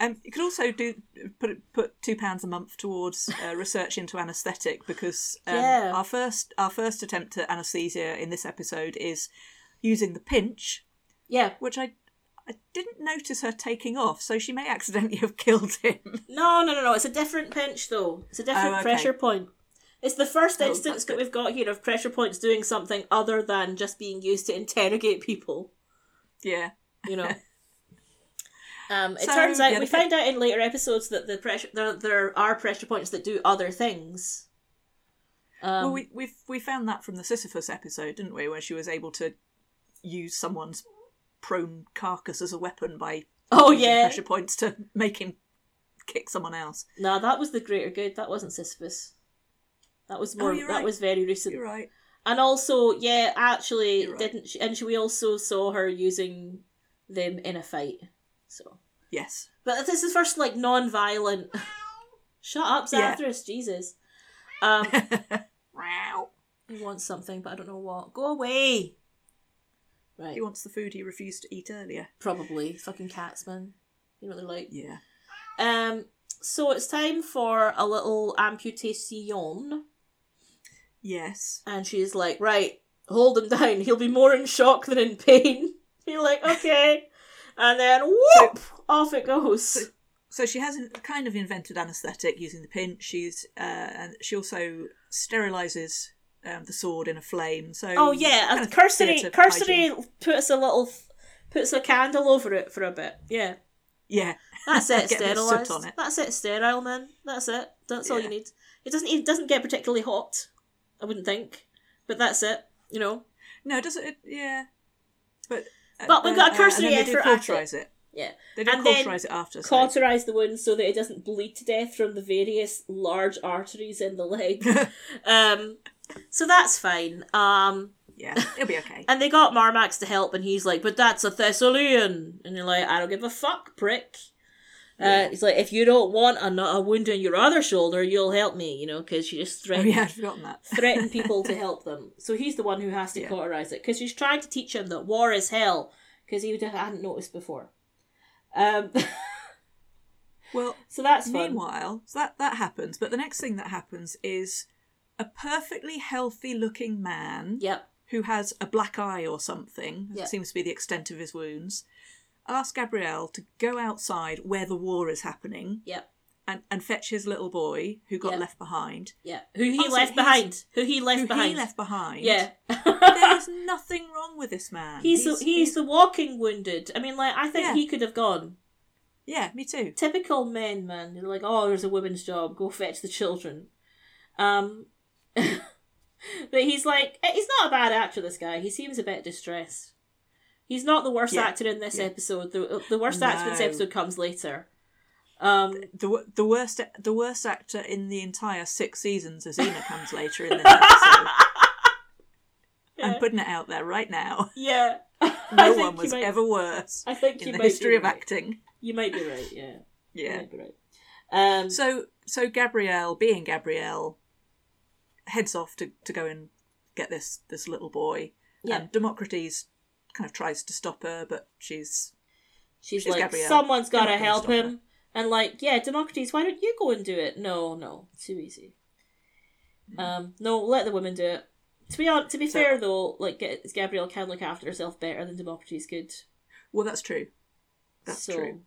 Um, you could also do put put two pounds a month towards uh, research into anaesthetic because um, Yeah. our first our first attempt at anaesthesia in this episode is using the pinch, Yeah, which I I didn't notice her taking off, so she may accidentally have killed him. no, no, no, no. It's a different pinch though. It's a different Oh, okay. pressure point. It's the first Oh, instance that's that good. we've got here of pressure points doing something other than just being used to interrogate people. yeah, you know. Um, it So, turns out yeah, we the- find out in later episodes that the pressure there, there are pressure points that do other things. Um, well, we we we found that from the Sisyphus episode, didn't we, where she was able to use someone's prone carcass as a weapon by oh using yeah, pressure points to make him kick someone else. no, that was the greater good. That wasn't Sisyphus. That was more. Oh, you're that right. was very recent. You're right. And also, yeah, actually, You're right. didn't she, and she, we also saw her using them in a fight. So, Yes. but this is first like non-violent. Shut up, Yeah. Zathras, Jesus. Um, Meow. He wants something, but I don't know what. Go away. Right. He wants the food he refused to eat earlier. Probably. Fucking cats, man. You really like. Yeah. Um. So it's time for a little amputation, Yes. and she's like, "Right, hold him down. He'll be more in shock than in pain." You're like, "Okay," and then whoop, off it goes. So she has a kind of invented anaesthetic using the pin. She's uh, and she also sterilizes um, the sword in a flame. So Oh yeah, kind and of cursory, theatre cursory hygiene. puts a little, puts a candle over it for a bit. Yeah, Yeah, That's it, Get a bit of sterilised. soot on it. That's it, sterile, man. That's it. That's all you Yeah. need. It doesn't. It doesn't get particularly hot. I wouldn't think, but that's it. You know. no, it doesn't. It, yeah, but But we've got a uh, cursory and then they do effort at cauterize it. Yeah. They do And then cauterize it after. so- Cauterize the wound so that it doesn't bleed to death from the various large arteries in the leg. um, so that's fine. Um, yeah, it'll be okay. and they got Marmax to help, and he's like, "But that's a Thessalian," and you're like, "I don't give a fuck, prick." Uh, Yeah. he's like, "If you don't want a, a wound on your other shoulder, you'll help me," you know, because you just oh threatened yeah, I'd forgotten that. threaten people to help them. So he's the one who has to Yeah. cauterize it because she's trying to teach him that war is hell because he would- hadn't noticed before. Um, Well, so that's fun. Meanwhile, so that that happens, but the next thing that happens is a perfectly healthy-looking man Yep. who has a black eye or something. Yeah. That seems to be the extent of his wounds. Asks Gabrielle to go outside where the war is happening Yep. and, and fetch his little boy who got Yeah. left behind. Yeah. Who he Also, left he's- behind? Who he left who behind? he left behind. Yeah. There's nothing wrong with this man. he's the, he's, the walking wounded. I mean, like I think Yeah. he could have gone. Yeah, me too. Typical men, man. They're like, oh, there's a woman's job. Go fetch the children. Um, but he's like, eh, he's not a bad actor. This guy. He seems a bit distressed. He's not the worst Yeah, actor in this yeah. episode. The the worst actor in this No. episode comes later. Um, The, wo- the worst the worst actor in the entire six seasons of Xena comes later in this episode. Yeah. I'm putting it out there right now. yeah. I No think one you was might- ever worse I think you in the might be history of right. acting. You might be right. Yeah. You Yeah. might be right. Um, So so Gabrielle, being Gabrielle, heads off to, to go and get this this little boy. Yeah. And Democrates kind of tries to stop her, but she's She's, She's like, Gabrielle. someone's got to You're not gonna help stop him. And like, yeah, Democritus, why don't you go and do it? No, no, it's too easy. Um, no, let the women do it. To be on, to be Mm-hmm. So- fair though, like Ga- Gabrielle can look after herself better than Democritus could. well, that's true. That's so, true.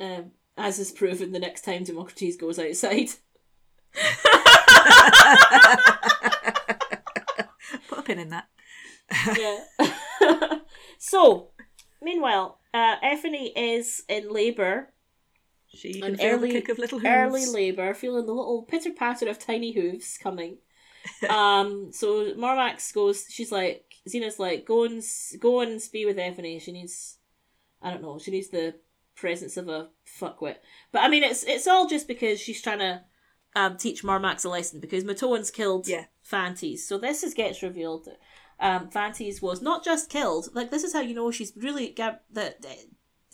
Um, as is proven, the next time Democritus goes outside, Put a pin in that. yeah. so, meanwhile, uh, Effany is in labour, She can An feel early- the kick of little hooves. early labour, feeling the little pitter patter of tiny hooves coming. um. So Marmax goes. She's like, Xena's like, go and s- go and be with Effany. She needs, I don't know. She needs the presence of a fuckwit. But I mean, it's it's all just because she's trying to um teach Marmax a lesson because Matoan's killed Yeah. Fantes. So this is gets revealed. that, Um, Fantes was not just killed. Like this is how you know she's really Gab- that. that-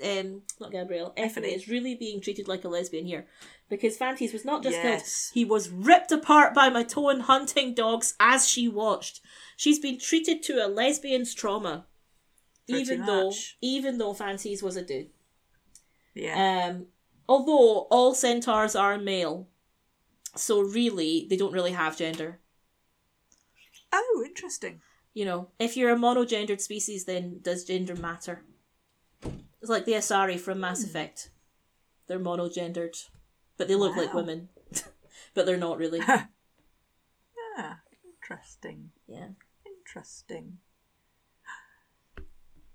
Um, not Gabrielle. Effany Effany. is really being treated like a lesbian here, because Fantes was not just killed. Yes. He was ripped apart by Matoan hunting dogs as she watched. She's been treated to a lesbian's trauma, Pretty even though much. even though Fantes was a dude. Yeah. Um, although all centaurs are male, so really they don't really have gender. oh, interesting. you know, if you're a monogendered species, then does gender matter? It's like the Asari from Hmm. Mass Effect. They're monogendered, but they look like Wow. women, but they're not really. Yeah. Ah, Interesting. yeah. Interesting.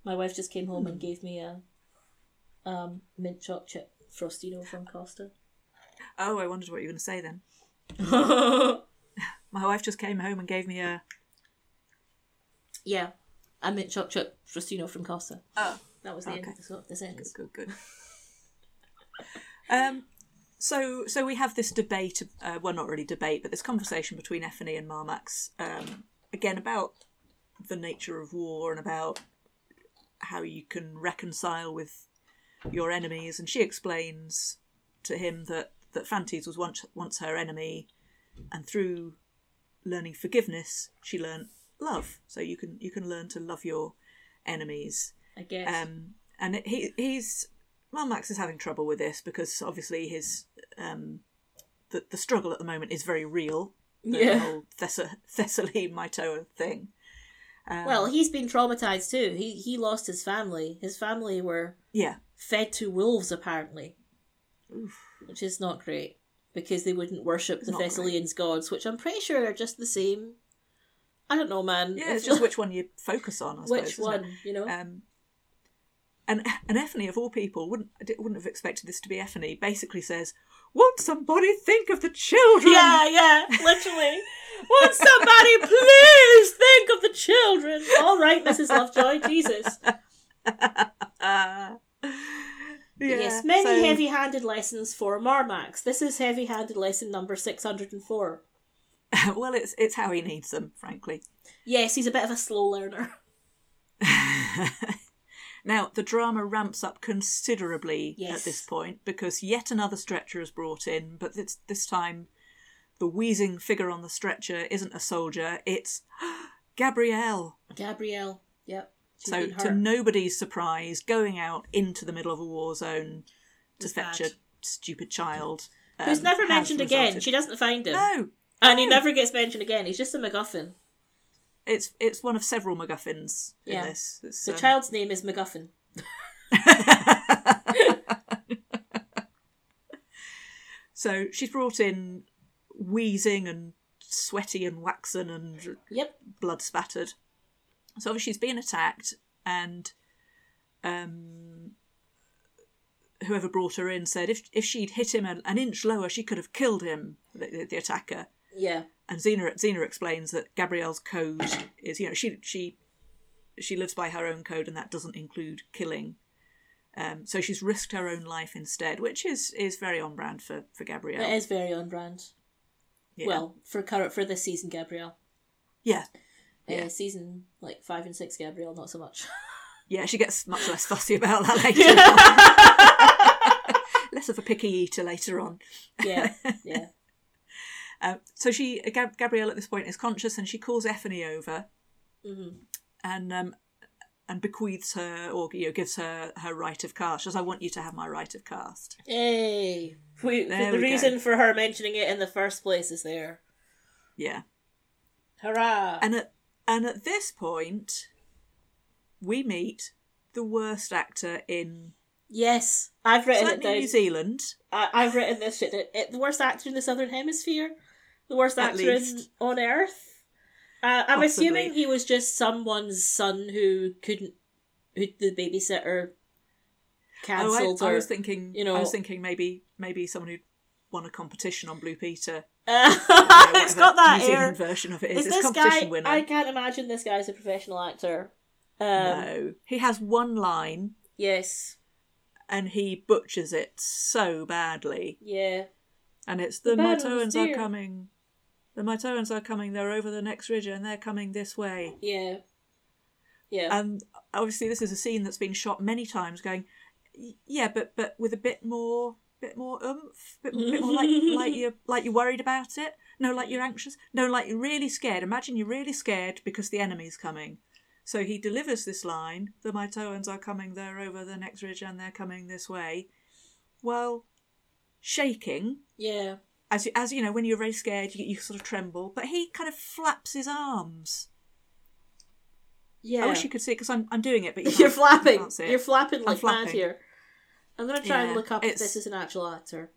My wife just came Hmm. home and gave me a um, mint chocolate chip frostino from Costa. Oh, I wondered what you were going to say then. My wife just came home and gave me a. yeah, a mint chocolate chip frostino from Costa. Oh, That was the end Okay. of this, this sentence. good, good. um, so so we have this debate. Uh, well, not really debate, but this conversation between Effany and Marmax um, again about the nature of war and about how you can reconcile with your enemies. And she explains to him that that Fantes was once once her enemy, and through learning forgiveness, she learnt love. So you can you can learn to love your enemies. I guess. Um, and it, he he's well, Max is having trouble with this because obviously his um, the the struggle at the moment is very real. The Yeah. whole Thessa, Thessaly Maitoa thing. Um, well, he's been traumatized too. He he lost his family. His family were yeah, fed to wolves apparently, which is not great because they wouldn't worship the Not great. Thessalians' gods, which I'm pretty sure are just the same. I don't know, man. yeah. It's If- just which one you focus on. I suppose, which isn't it? one, you know? Um, and and Ethne of all people wouldn't I di- wouldn't have expected this to be Ethne. Basically says, "Won't somebody think of the children?" yeah, yeah, literally. Won't somebody please think of the children? All right, Mrs. Lovejoy, Jesus. Uh, yeah, yes, many so- heavy handed lessons for Marmax. This is heavy handed lesson number 604. well, it's it's how he needs them, frankly. Yes, he's a bit of a slow learner. Now the drama ramps up considerably Yes. at this point because yet another stretcher is brought in, but this, this time the wheezing figure on the stretcher isn't a soldier; it's Gabrielle. Gabrielle, yep. she's So, been to hurt. nobody's surprise, going out into the middle of a war zone to Was fetch bad. a stupid child. Who's um, never has mentioned again. resulted- She doesn't find him. No, and he no. never gets mentioned again. He's just a MacGuffin. it's it's one of several MacGuffins Yeah. in this. It's, The um, child's name is MacGuffin. so she's brought in, wheezing and sweaty and waxen and Yep. blood spattered. So obviously she's been attacked, and um, whoever brought her in said if if she'd hit him an, an inch lower, she could have killed him, the, the, the attacker. Yeah. And Xena Xena explains that Gabrielle's code is you know she she she lives by her own code, and that doesn't include killing. Um, so she's risked her own life instead, which is is very on brand for for Gabrielle. It is very on brand. Yeah. Well, for current for this season, Gabrielle. yeah, Yeah. Uh, season like five and six, Gabrielle, not so much. yeah, she gets much less fussy about that later. less of a picky eater later on. yeah, yeah. Uh, so she, Gab- Gabrielle, at this point is conscious, and she calls Effany over Mm-hmm. and um, and bequeaths her, or you know, gives her her right of cast. She says, "I want you to have my right of cast." Yay! We, the There the we go. reason for her mentioning it in the first place is there. Yeah, Hurrah! and at and at this point, we meet the worst actor in yes, I've written it certainly down. New Zealand. I, I've written this shit. It, it- the worst actor in the Southern Hemisphere, the worst At actor in, least. on Earth. Uh, I'm Possibly. assuming he was just someone's son who couldn't, who the babysitter Oh, cancelled I, I or. was thinking, you know- I was thinking maybe maybe someone who won a competition on Blue Peter. Uh, you know, it's whatever got that New air. Zealand version of it is. Is It's this competition guy? winner. I can't imagine this guy's a professional actor. Um, no, he has one line. Yes. and he butchers it so badly. Yeah. And it's the, The battle is Mitoans are dear." coming. The Mitoans are coming. They're over the next ridge and they're coming this way. Yeah. Yeah. And obviously, this is a scene that's been shot many times. Going, "Y- yeah, but but with a bit more, bit more oomph, bit, bit more like like you like you're worried about it. No, like you're anxious. No, like you're really scared. Imagine you're really scared because the enemy's coming. So he delivers this line: "The Mitoans are coming. They're over the next ridge and they're coming this way." Well, shaking yeah. as you, as you know, when you're very scared, you, you sort of tremble. But he kind of flaps his arms. Yeah. I wish you could see it because I'm, I'm doing it, but you You're can't- You flapping. can't see it. You're flapping like flapping. mad here. I'm gonna try Yeah, and look up if it's- this is an actual actor.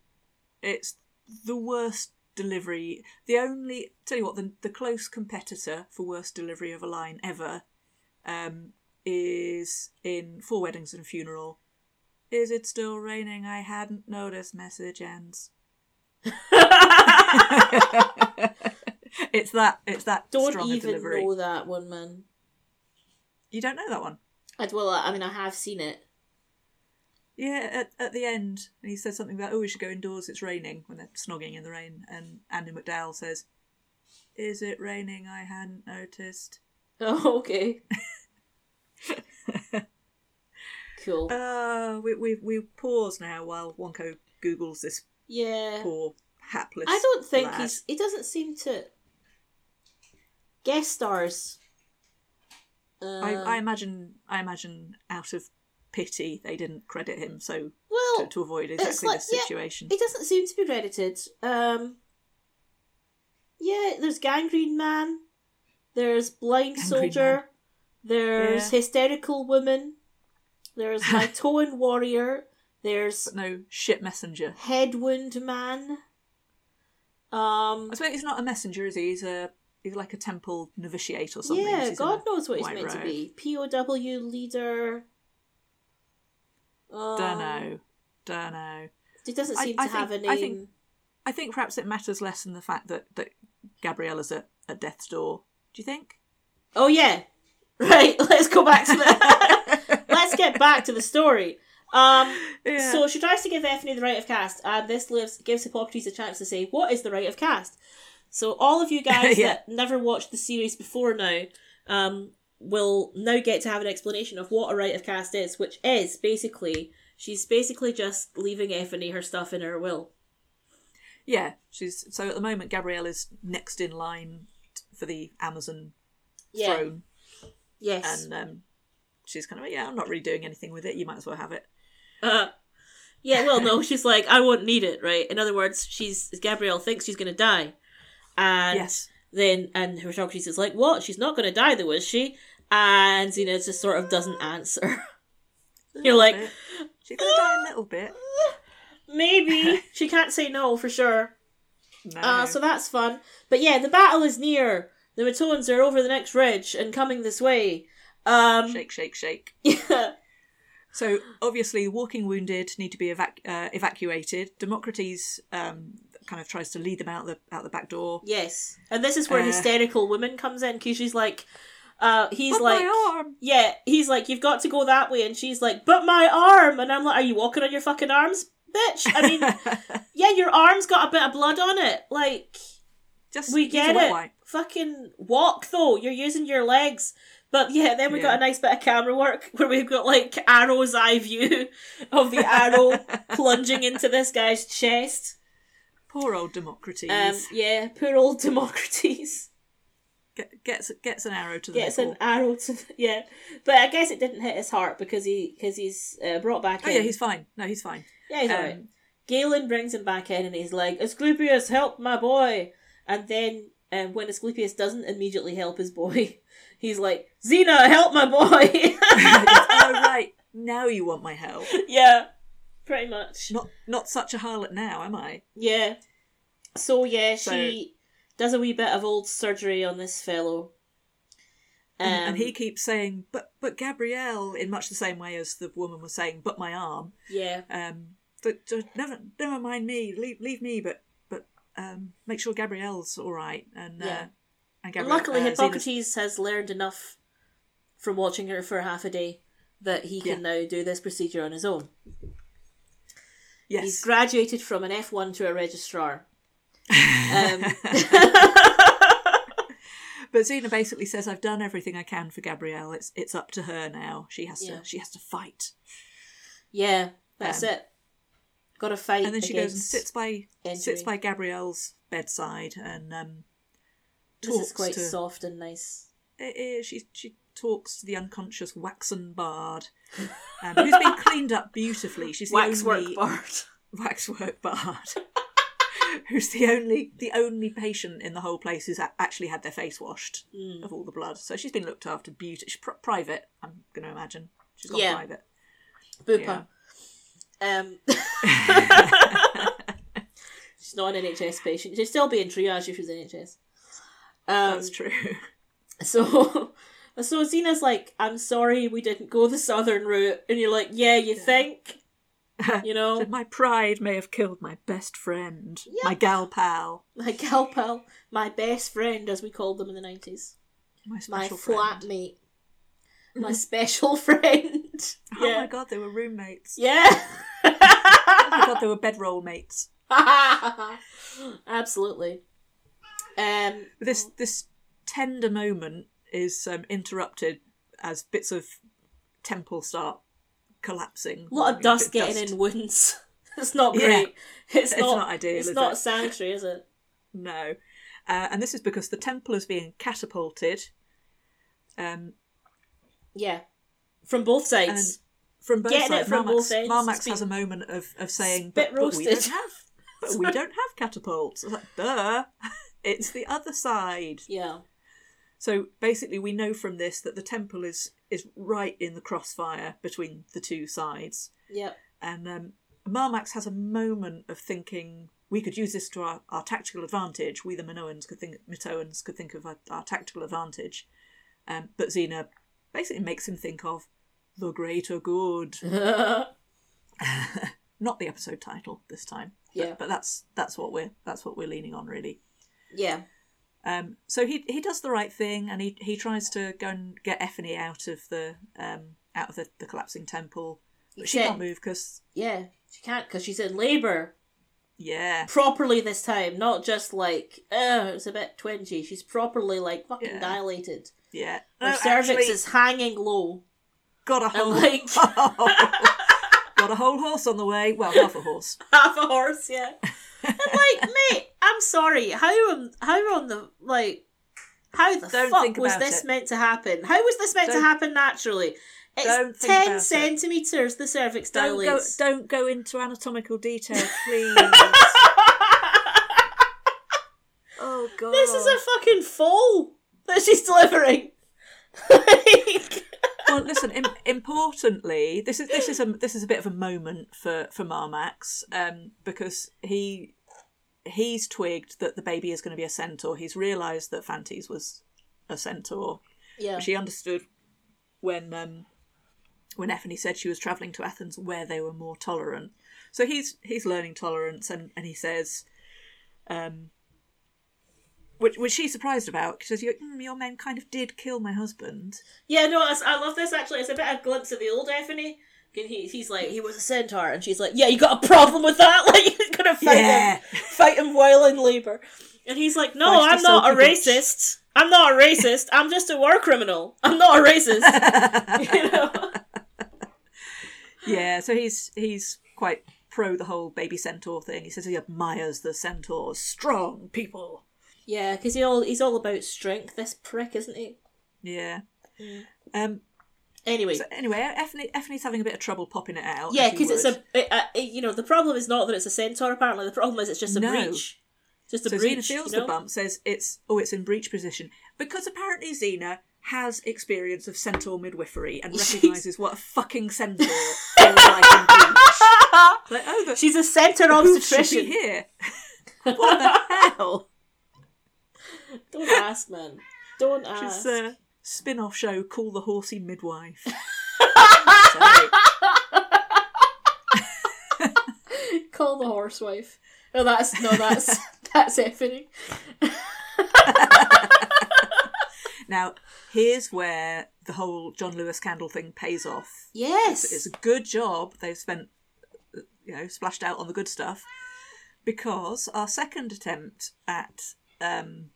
It's the worst delivery. The only tell you what, the the close competitor for worst delivery of a line ever um, is in Four Weddings and a Funeral. Is it still raining? I hadn't noticed. Message ends. it's that. It's that Don't stronger even delivery. know that one, man. You don't know that one. I'd, well, I mean, I have seen it. Yeah, at, at the end, and he says something about, oh, we should go indoors, it's raining, when they're snogging in the rain. And Andy McDowell says, Is it raining? I hadn't noticed. Oh, okay. cool. Uh, we, we, we pause now while Wonko Googles this Yeah. poor, hapless. I don't think lad. he's. He doesn't seem to. guest stars. Uh, I, I imagine. I imagine out of pity they didn't credit him, so well, to, to avoid exactly Oh, like- this yeah, situation. It doesn't seem to be credited. Um, yeah, there's Gangrene Man. There's Blind Gangrene Soldier. Man. There's Hysterical Woman. There's Mitoan Warrior. There's But no shit messenger. Headwind Man. Um, I suppose he's not a messenger, is he? He's a he's like a temple novitiate or something. yeah, He's in God a knows what he's white meant to robe. be. POW leader. Um, Dunno. Dunno. It doesn't I- seem I to have a think- name. I think- I think perhaps it matters less than the fact that, that Gabriella's at, at death's door. Do you think? Oh yeah. Right, let's go back to the Let's get back to the story. Um Yeah. so she tries to give Ethne the right of cast, and this lives, gives Hippocrates a chance to say, What is the right of cast? So all of you guys Yeah. that never watched the series before now, um, will now get to have an explanation of what a right of cast is, which is basically she's basically just leaving Ethne her stuff in her will. yeah, she's so at the moment Gabrielle is next in line t- for the Amazon Yeah. throne, Yes. and um, she's kind of yeah, I'm not really doing anything with it. You might as well have it. Uh, yeah, well, no, she's like, I won't need it, right? In other words, she's Gabrielle thinks she's going to die, and yes, then and Heracles is like, what? She's not going to die, though, is she? And you know, just sort of doesn't answer. You're like, Little bit. she's gonna die a little bit. maybe she can't say no for sure. No. Uh, so that's fun. But yeah, the battle is near. The Matoans are over the next ridge and coming this way. Um, shake, shake, shake. yeah, So obviously, walking wounded need to be evac- uh, evacuated. Democritus um, kind of tries to lead them out the out the back door. yes. And this is where Uh. hysterical woman comes in because she's like, uh, he's But like, my arm. Yeah, he's like, you've got to go that way, and she's like, but my arm, and I'm like, are you walking on your fucking arms, bitch? I mean, yeah, your arm's got a bit of blood on it. Like, Just we use a get wet it. wipe. Fucking walk though. You're using your legs. But yeah, then we got Yeah. a nice bit of camera work where we've got like arrow's eye view of the arrow plunging into this guy's chest. Poor old Democritus Um, yeah, poor old Democritus Get- gets gets an arrow to the gets nipple. an arrow to yeah, but I guess it didn't hit his heart because he because he's uh, brought back Oh in. yeah, he's fine. No, he's fine. Yeah, he's Um, alright. Galen brings him back in and he's like, Asclepius, help my boy! And then um, when Asclepius doesn't immediately help his boy, he's like, Xena, help my boy! oh right, now you want my help. yeah, pretty much. Not not such a harlot now, am I? Yeah. So, yeah, she does a wee bit of old surgery on this fellow. Um, and, and he keeps saying, "But but Gabrielle," in much the same way as the woman was saying, "But my arm." Yeah. Um, but just never never mind me. Leave leave me. But but um, make sure Gabrielle's all right. And uh, Yeah. and And Gabrielle. luckily, uh, Xena's- Hippocrates has learned enough from watching her for half a day that he can now do this procedure on his own. Yes. He's graduated from an F1 to a registrar. Um, But Xena basically says, "I've done everything I can for Gabrielle. It's it's up to her now. She has Yeah. to she has to fight." yeah, that's Um, it. Got to fight. And then she goes and against- sits by injury. sits by Gabrielle's bedside and um, This talks is quite to soft and nice. eh, eh, she she talks to the unconscious waxen bard, um, who's been cleaned up beautifully. She's the only Waxwork bard. waxwork bard. Who's the only the only patient in the whole place who's a- actually had their face washed Hmm. of all the blood? So she's been looked after, beauty she's pri- private. I'm going to imagine she's gone Yeah. private. Booper. Um, she's not an NHS patient. She'd still be in triage if she was NHS. Um, That's true. so, so Xena's like, I'm sorry we didn't go the southern route. And you're like, yeah, you think? You know? my pride may have killed my best friend, Yeah. my gal pal, My gal pal, my best friend, as we called them in the nineties, my my special friend. Mm-hmm. flatmate, my special friend. Oh my Yeah, god, they were roommates. Oh my yeah, god, they were bedroll mates. absolutely. Um, But This this tender moment is um, interrupted as bits of temple start collapsing. a lot of dust getting in wounds. It's not great. It's, It's not, not ideal, It's is not it? sanitary, is it? No. Uh, and this is because the Templars being catapulted um, Yeah. From both sides. from both Getting sides. it from Marmax, both ends, Marmax it's been has a moment of, of saying, spit but, but we don't roasted." have, but we don't have catapults. It's like, duh, it's the other side. yeah. So basically, we know from this that the temple is is right in the crossfire between the two sides, Yep. and um, Marmax has a moment of thinking we could use this to our, our tactical advantage. We the Minoans could think Mitoans could think of our, our tactical advantage, um, but Xena basically makes him think of the greater good. Not the episode title this time, but- Yeah. but that's that's what we're that's what we're leaning on really. yeah. Um, so he he does the right thing, and he, he tries to go and get Effany out of the um, out of the, the collapsing temple, but she Except- can't move because Yeah. She can't because she's in labour. yeah, Properly this time, not just like, oh, it's a bit twingy. She's properly like fucking Yeah. dilated. yeah, Her No, cervix actually, is hanging low. got a whole like- got a whole horse on the way. Well, half a horse. half a horse, yeah. And like, mate, I'm sorry. How on how on the like how the Don't fuck think was about this it. meant to happen? How was this meant to Don't- happen naturally? It's Don't think about ten it. centimeters the cervix Don't go, dilates. don't go into anatomical detail, please. oh god, This is a fucking fall that she's delivering. like, well, listen. Im- importantly, this is this is a this is a bit of a moment for for Marmax um, because he he's twigged that the baby is going to be a centaur. He's realised that Fantes was a centaur, yeah, which he understood when um, when Effany said she was travelling to Athens, where they were more tolerant. So he's he's learning tolerance, and and he says. Um, which, which she's surprised about. She says, "Your, mm, your men kind of did kill my husband." yeah. No, I, I love this actually. It's a bit of a glimpse of the old Effany. And he, he's like, he was a centaur, and she's like, yeah, you got a problem with that? Like, you're gonna fight him. fight him while in labor. And he's like, "No, Feisty I'm not a sulky bitch." racist. I'm not a racist. I'm just a war criminal. I'm not a racist." you know? yeah, so he's he's quite pro the whole baby centaur thing. He says he admires the centaurs, strong people. Yeah, because he all he's all about strength. This prick, isn't he? Yeah. Mm. Um. Anyway, So anyway, Effany, Effany's having a bit of trouble popping it out. yeah, as you because it's would. a it, uh, it- you know the problem is not that it's a centaur. Apparently, the problem is it's just a No. breach. Just a so Xena breach. feels you know? the bump, says it's oh, it's in breech position because apparently Xena has experience of centaur midwifery and recognises what a fucking centaur feels like in breech. Like, oh, the She's a centaur hoof should be obstetrician. here. what the hell? Don't ask, man. Don't ask. It's a spin off show called The Horsey Midwife. Sorry. Call the horsewife. No, that's no, that's that's Effie. Now, here's where the whole John Lewis candle thing pays off. Yes. It's a good job they've spent, you know, splashed out on the good stuff because our second attempt at um,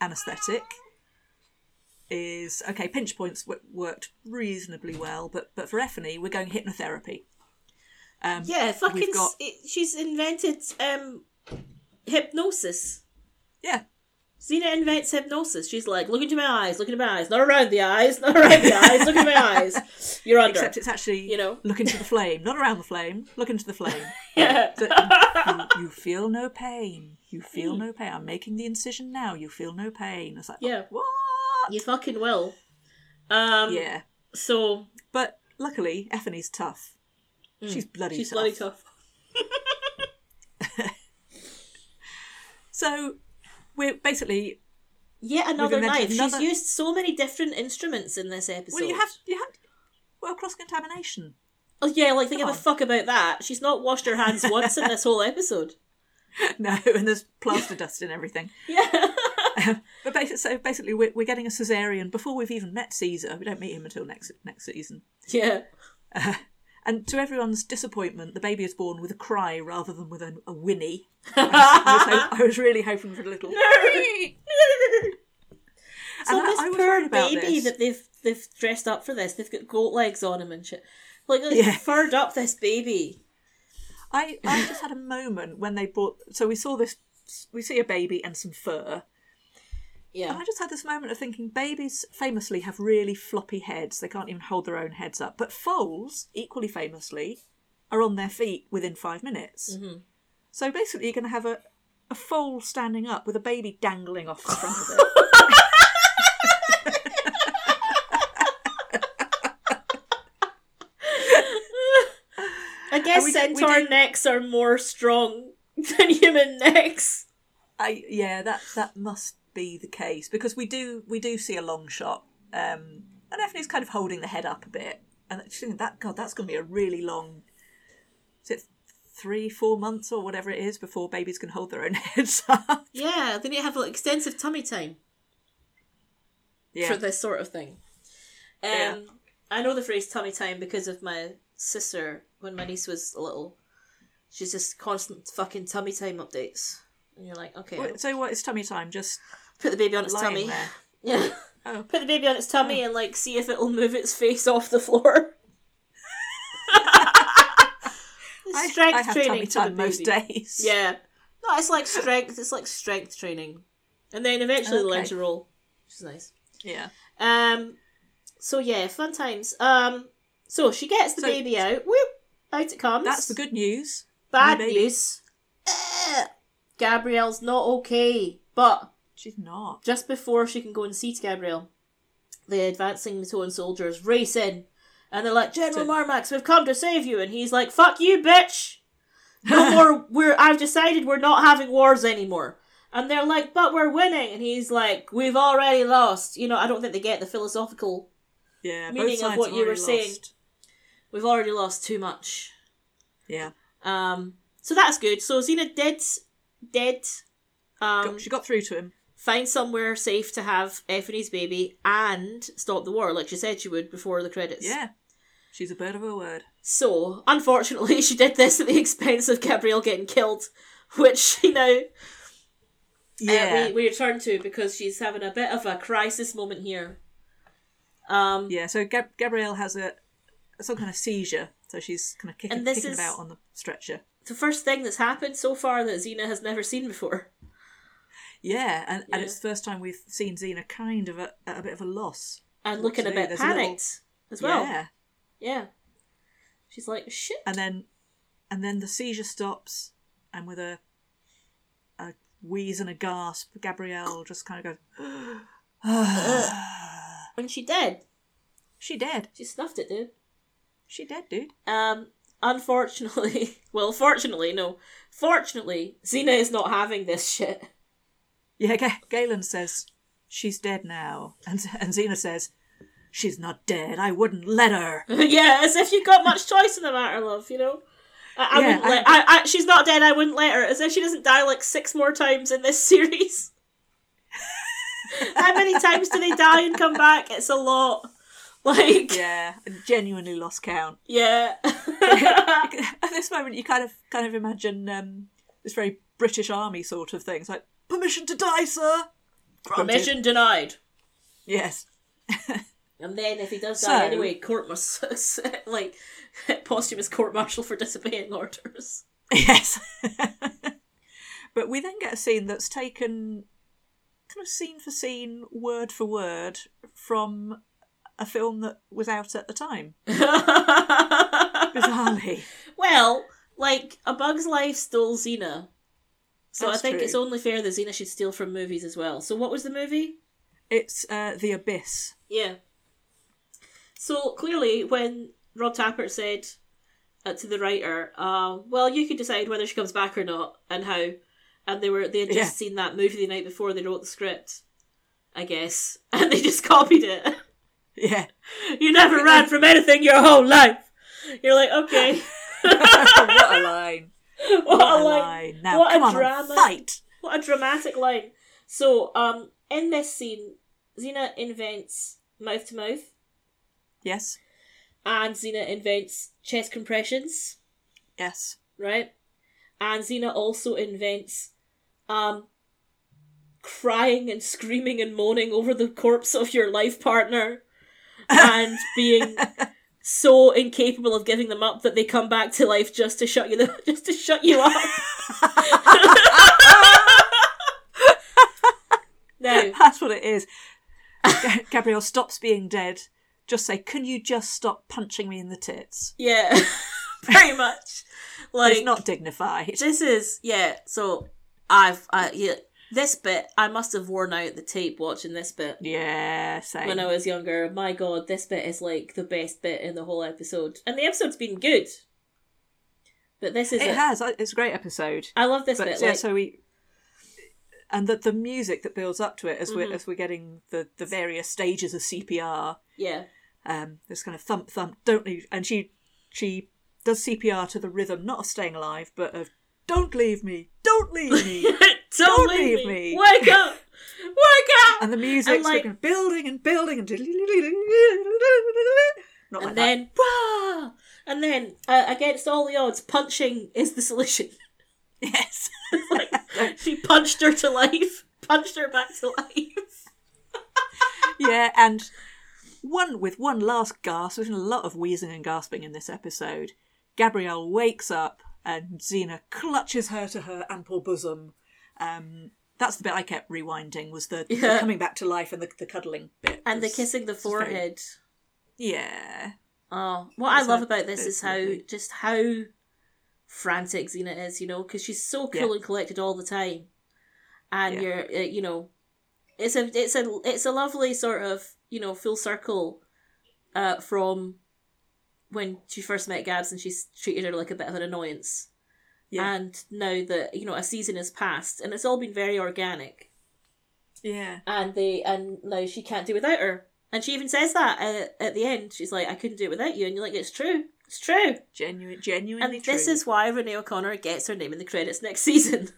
anaesthetic is okay, pinch points w- worked reasonably well, but, but for Effany, we're going hypnotherapy. Um, Yeah, fucking. We've got- s it, she's invented um, hypnosis. yeah, Xena invents hypnosis. She's like, look into my eyes, look into my eyes, not around the eyes, not around the eyes, look into my eyes. You're under. Except it's actually You know? look into the flame, not around the flame. Look into the flame. yeah. So, you, you feel no pain. You feel Hmm. no pain. I'm making the incision now. You feel no pain. It's like Yeah. what? You fucking will. Um, Yeah, So but luckily Effany's tough. She's bloody Hmm. she's tough. bloody tough. So we're basically Yet another invented knife. another- She's used so many different instruments in this episode. well. You have you have well cross contamination. Oh, yeah, like they give Come on. a fuck about that. She's not washed her hands once in this whole episode. No, and there's plaster dust and everything. Yeah. But basically, so basically, we're, we're getting a cesarean before we've even met Caesar. We don't meet him until next next season. yeah. And to everyone's disappointment, the baby is born with a cry rather than with a, a whinny. I was, so ho- I was really hoping for a little. And I- this I was worried poor about baby this. that they've they've dressed up for this. They've got goat legs on him and shit. Like they Yeah. furred up this baby. I, I just had a moment when they brought. So we saw this. We see a baby and some fur, And Yeah. I just had this moment of thinking babies famously have really floppy heads. They can't even hold their own heads up. But foals, equally famously, are on their feet within five minutes. Mm-hmm. So basically, you're going to have a, a foal standing up with a baby dangling off the front of it. I guess And we did- we centaur did- necks are more strong than human necks. I, yeah, that, that must be the case because we do we do see a long shot, um, and Effie's kind of holding the head up a bit, and she's thinking that God, that's going to be a really long. Is it three, four months or whatever it is before babies can hold their own heads up? Yeah, they need to have like, extensive tummy time Yeah, for this sort of thing. Um, Yeah. I know the phrase tummy time because of my sister when my niece was little. She's just constant fucking tummy time updates. And you're like, okay, Well, So what is tummy time? Just put the baby on its lying tummy. there. Yeah. Oh. Put the baby on its tummy and like see if it'll move its face off the floor. I, strength I have tummy training for time the most baby. days. Yeah. No, it's like strength. It's like strength training, and then eventually they learn Okay. to roll, which is nice. yeah. Um. So yeah, fun times. Um. So she gets the So- baby out. Whoop! Out it comes. That's the good news. bad new baby. news. Ugh. Gabrielle's not okay, but She's not. just before she can go and see Gabrielle, the advancing Matoan soldiers race in, and they're like, "General So- Marmax, we've come to save you," and he's like, "Fuck you, bitch! No more. We're. I've decided we're not having wars anymore." And they're like, "But we're winning," and he's like, "We've already lost." You know, I don't think they get the philosophical. Yeah, Meaning both of sides what have you were already saying. lost. We've already lost too much. Yeah, Um. So that's good. So Xena did, did, um, Got- she got through to him. find somewhere safe to have Effie's baby and stop the war, like she said she would before the credits. Yeah, she's a bird of her word. So, unfortunately, she did this at the expense of Gabrielle getting killed, which she now Yeah, uh, we, we return to because she's having a bit of a crisis moment here. Um, yeah. So Gab- Gabrielle has a some kind of seizure, so she's kind of kicking, And this kicking is- about on the stretcher. the first thing that's happened so far that Xena has never seen before. Yeah, and, Yeah. and it's the first time we've seen Xena kind of a, at a bit of a loss And What to looking a do, bit there's a panicked little- as well. Yeah, Yeah. She's like, shit. and then and then the seizure stops, and with a a wheeze and a gasp, Gabrielle just kind of goes, And she did. "She dead. She snuffed it, dude. She dead, dude." Um, unfortunately, well, fortunately, no. Fortunately, Xena is not having this shit. Yeah, Ga- Galen says she's dead now, and and Xena says she's not dead. I wouldn't let her. yeah, as if you've got much choice in the matter, love, you know? I, I Yeah, wouldn't let. I, I, she's not dead, I wouldn't let her. As if she doesn't die like six more times in this series. How many times do they die and come back? It's a lot. Like, Yeah, yeah. I genuinely lost count. At this moment, you kind of kind of imagine um, this very British Army sort of thing. It's like permission to die, sir. Granted. Permission denied. Yes. And then if he does So- die anyway, court must like posthumous court martial for disobeying orders. Yes. but we then get a scene that's taken kind of scene for scene, word for word from a film that was out at the time. Bizarrely. well, like a Bug's Life stole Xena, so I That's think true. it's only fair that Xena should steal from movies as well. So what was the movie? It's uh, The Abyss. Yeah. So clearly, when Rob Tappert said uh, to the writer, uh, "Well, you can decide whether she comes back or not, and how," and they were they had just Yeah. seen that movie the night before they wrote the script, I guess, and they just copied it. Yeah. you never ran from anything your whole life. You're like, okay, what a line. what What a a line. line. Now, what a come on, drama. fight. What a dramatic line. So, um, in this scene, Xena invents mouth to mouth, Yes. and Xena invents chest compressions, Yes. right? And Xena also invents, um, crying and screaming and moaning over the corpse of your life partner, and being so incapable of giving them up that they come back to life just to shut you the, just to shut you up. now. That's what it is. Gabrielle stops being dead. Just say, can you just stop punching me in the tits? Yeah, pretty much. Like it's not dignified. this is yeah. So I've I yeah this bit I must have worn out the tape watching this bit Yeah, same. when I was younger. My God, this bit is like the best bit in the whole episode, and the episode's been good. But this is it it. has. I- It's a great episode. I love this But bit. yeah, like, so we and that the music that builds up to it as Mm-hmm. we're as we're getting the the various stages of CPR. yeah, Um, this kind of thump thump. Don't leave. And she she does CPR to the rhythm, not of staying alive, but of don't leave me, don't leave me. don't, Don't leave, leave me. me. Wake up! Wake up! and the music's like- like, building and building and not like and that. then, "Wah!" and then, uh, against all the odds, punching is the solution. Yes. like she punched her to life, punched her back to life. yeah, and one with one last gasp, there's a lot of wheezing and gasping in this episode. Gabrielle wakes up and Xena clutches her to her ample bosom. Um, that's the bit I kept rewinding was the, the Yeah. coming back to life and the, the cuddling bit. And the was- kissing the very- forehead. Yeah. Oh, what I It's love a about this bit is how creepy. just how frantic Xena is, you know, because she's so cool Yeah. and collected all the time, and Yeah. you're, uh, you know, it's a it's a it's a lovely sort of you know full circle, uh, from when she first met Gabs and she's treated her like a bit of an annoyance, Yeah. and now that you know a season has passed and it's all been very organic, Yeah. and they and now she can't do without her and she even says that at, at the end she's like i couldn't do it without you and you're like it's true it's true Genuine and genuinely this true. is why renee o'connor gets her name in the credits next season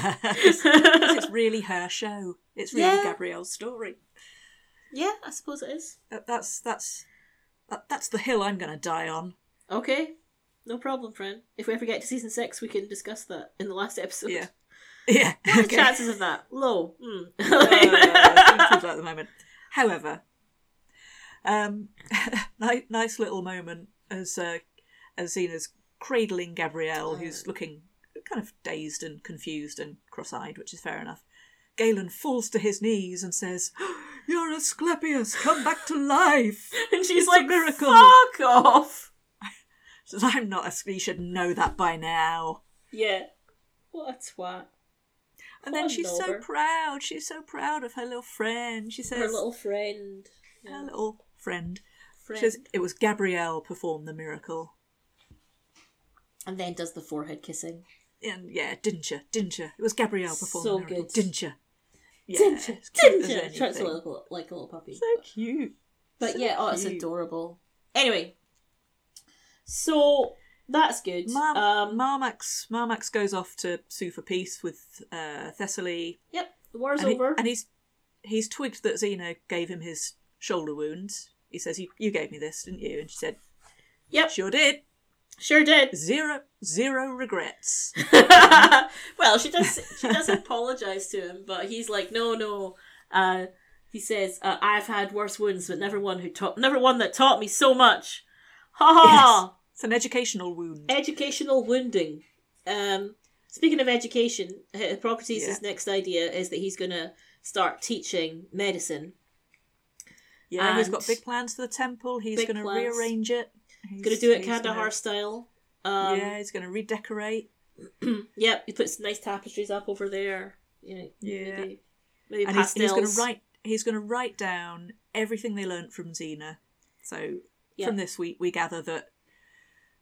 it's really her show. It's really Yeah. Gabrielle's story. yeah i suppose it is That, that's that's that, that's the hill I'm going to die on. okay no problem friend if we ever get to season six we can discuss that in the last episode Yeah. Yeah. What are the okay. chances of that low mm. Uh, seems like at the moment. However, um, ni- nice little moment as uh, as Zena's cradling Gabrielle, who's looking kind of dazed and confused and cross-eyed, which is fair enough. Galen falls to his knees and says, "You're Asclepius, come back to life." and she's It's a like miracle. fuck off Says, "I'm not Asclepius. You should know that by now." yeah what a twat And then Oh, she's so Norbert. proud. She's so proud of her little friend. She says, her little friend Yeah, her little friend." friend. She says it was Gabrielle performed the miracle. and then does the forehead kissing And yeah, didn't you? Didn't you? It was Gabrielle performed So the miracle. good. Didn't you? Yeah, Didn't you? it's cute Didn't as you? Trout's a anything. little, like a little puppy. So cute. but so yeah, oh, it's cute. adorable. Anyway, so that's good. Mar- um, Marmax Marmax goes off to sue for peace with uh, Thessaly, yep, the war's and, he- over. and he's he's twigged that Xena gave him his shoulder wound. He says, "You you gave me this, didn't you?" And she said, yep, "Sure did. sure did. Zero zero regrets." well, she does. She does apologize to him, but he's like, no, no. Uh, he says, uh, I've had worse wounds, but never one who taught, never one that taught me so much. Ha ha. Yes. It's an educational wound. Eh, educational wounding. Um, speaking of education, Hippocrates' Yeah. next idea is that he's going to start teaching medicine. Yeah, he's And- got big plans for the temple. He's Big going to plans. rearrange it. He's Going to do it he's Kandahar gonna- style. Um, yeah, he's going to redecorate. Yep, he puts nice tapestries up over there. You know, Yeah. maybe, maybe and he's, pastels. he's going to write. He's going to write down everything they learnt from Xena. So Yeah. from this week, we gather that.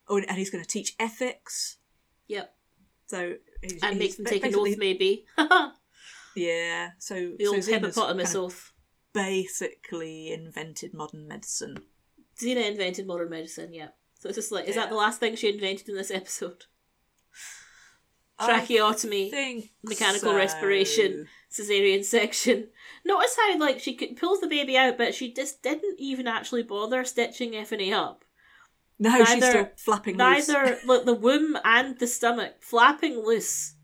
Oh, and he's going to teach ethics. Yep, So he's, and make he's them ba- take an basically- oath, maybe. Yeah. So the so old Xena's hippopotamus kind of oath. basically invented modern medicine. Xena invented modern medicine. Yeah, so it's just like, is Yeah. that the last thing she invented in this episode? I Tracheotomy. Think mechanical so. respiration, cesarean section. Notice how like she c- pulls the baby out, but she just didn't even actually bother stitching Effany up. No, she's Neither- still flapping. loose. Neither look the womb and the stomach flapping loose,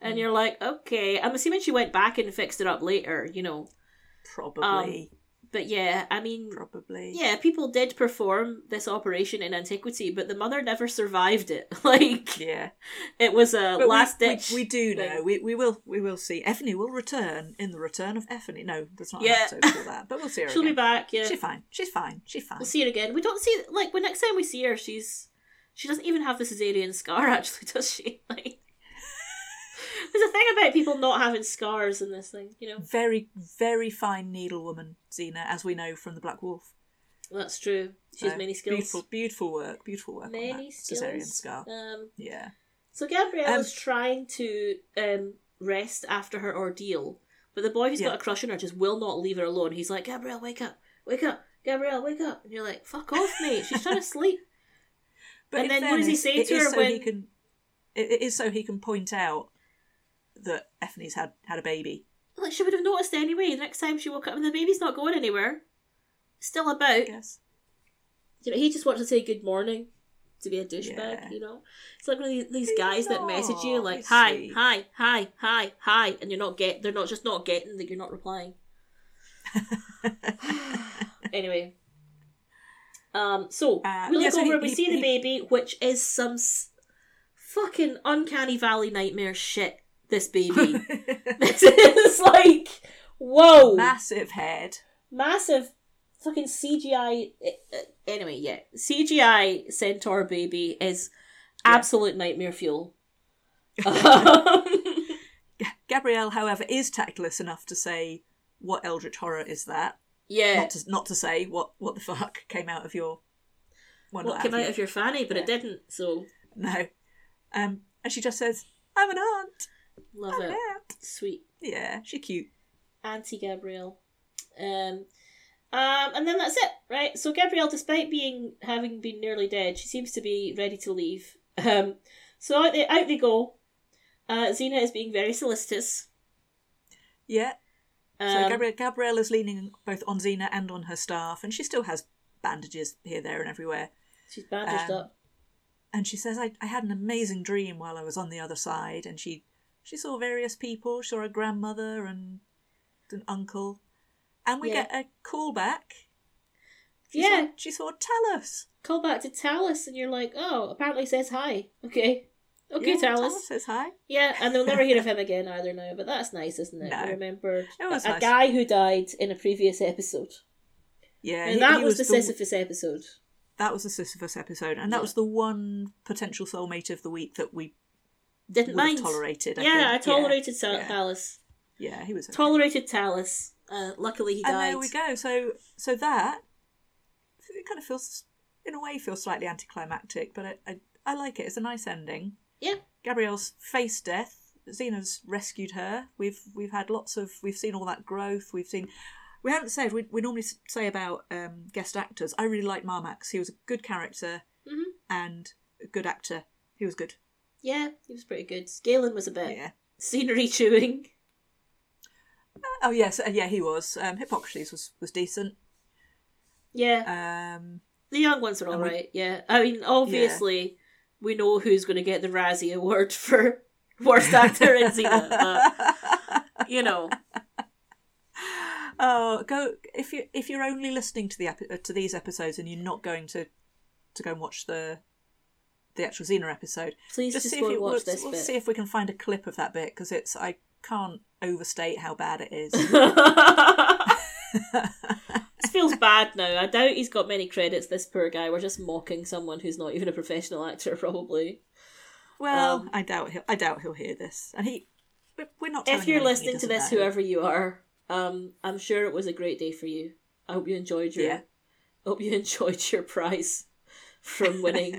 and you're like, okay. I'm assuming she went back and fixed it up later, you know. probably. But yeah, I mean, probably. um, yeah, people did perform this operation in antiquity, but the mother never survived it. Like, Yeah. it was a But we- last we, ditch. We, do thing. know. We, we will we will see. Effany will return in the return of Effany. No, that's not Yeah. an episode called that. But we'll see her She'll be again. back. Yeah, She's fine. She's fine. She's fine. we'll see her again. We don't see like when next time we see her, she's she doesn't even have the cesarean scar. Actually, does she? Like, there's a thing about people not having scars in this thing. You know, Very, very fine needlewoman, Xena, as we know from the Black Wolf. that's true. She has So, many skills. Beautiful, beautiful work. Beautiful work. on Many that. Caesarean skills. scar. Um, Yeah. So Gabriella's Um, trying to um, rest after her ordeal, but the boy who's Yeah. got a crush on her just will not leave her alone. He's like, Gabrielle, wake up, wake up, Gabrielle, wake up. And you're like, fuck off, mate. She's trying to sleep. But And in then what does he fairness, say it to is her so he when- can? It, it is so he can point out that Effany's had had a baby. Like, she would have noticed anyway. The next time she woke up, and the baby's not going anywhere. Still about. Yes. You know, he just wants to say good morning to be a douchebag, Yeah. you know? It's like one of these, these He's guys that message you, not, like, he's hi, sweet. hi, hi, hi, hi, and you're not get, they're not just not getting that you're not replying. anyway. Um, so, Uh, we yeah, look so over he- and we he- see the he- baby, which is some s- fucking uncanny valley nightmare shit, this baby. this is like, whoa! Massive head. massive fucking CGI. uh, uh, Anyway, yeah, CGI centaur baby is absolute nightmare fuel. Um, Gabrielle, however, is tactless enough to say, "What eldritch horror is that?" yeah, Not to not to say what what the fuck came out of your. Well, what not came out your- of your fanny, but it didn't. So No. Um, and she just says, "I'm an aunt. love I'm an it, aunt." sweet Yeah, she cute. Auntie Gabrielle. Um, um, and then that's it, right? So Gabrielle, despite being having been nearly dead, she seems to be ready to leave. Um, so out they out they go. Uh, Xena is being very solicitous. Yeah. Um, So Gabrielle, Gabrielle is leaning both on Xena and on her staff, and she still has bandages here, there, and everywhere. She's bandaged Um, up. and she says I, I had an amazing dream while i was on the other side and she she saw various people she saw a grandmother and an uncle and we Yeah. get a call back she Yeah, saw, she saw talus call back to Talus, and you're like, oh, apparently it says hi. Okay, okay, Yeah, Talus. says hi Yeah, and they'll never hear of him again either now. But that's nice, isn't it? No. We remembered It was a nice. guy who died in a previous episode, yeah and he- that he was, the w- Sisyphus episode. that was the sisyphus episode and that Yeah. was the one potential soulmate of the week that we Didn't would mind. have tolerated I yeah, I think. Yeah. tolerated Tal- yeah. Talus. yeah he was okay. Tolerated Talus. Uh, luckily, he and died. there we go so so that it kind of feels in a way feels slightly anticlimactic but i i, I like it it's a nice ending Yeah, Gabrielle's faced death. Xena's rescued her. We've we've had lots of we've seen all that growth. We've seen we haven't said we, we normally s- say about um, guest actors. I really like Marmax. He was a good character Mhm. and a good actor. He was good. yeah, he was pretty good. Galen was a bit Yeah. scenery chewing. Oh yes, uh, yeah he was. Um, Hippocrates was was decent. Yeah, Um, The young ones are all And we- right. Yeah, I mean, obviously, we know who's going to get the Razzie Award for worst actor in Xena. But, you know, oh, go if you if you're only listening to the epi- uh, to these episodes and you're not going to to go and watch the the actual Xena episode. please just, just see go if you, and watch we'll, this we'll bit. see if we can find a clip of that bit because it's I can't overstate how bad it is. this feels bad now. I doubt he's got many credits. This poor guy. We're just mocking someone who's not even a professional actor, probably. well, Um, I doubt he'll I doubt he'll hear this, and he we're- we're not. telling If him you're anything he listening to doesn't this, know. whoever you are, um, I'm sure it was a great day for you. I hope you enjoyed your. Yeah. I hope you enjoyed your prize from winning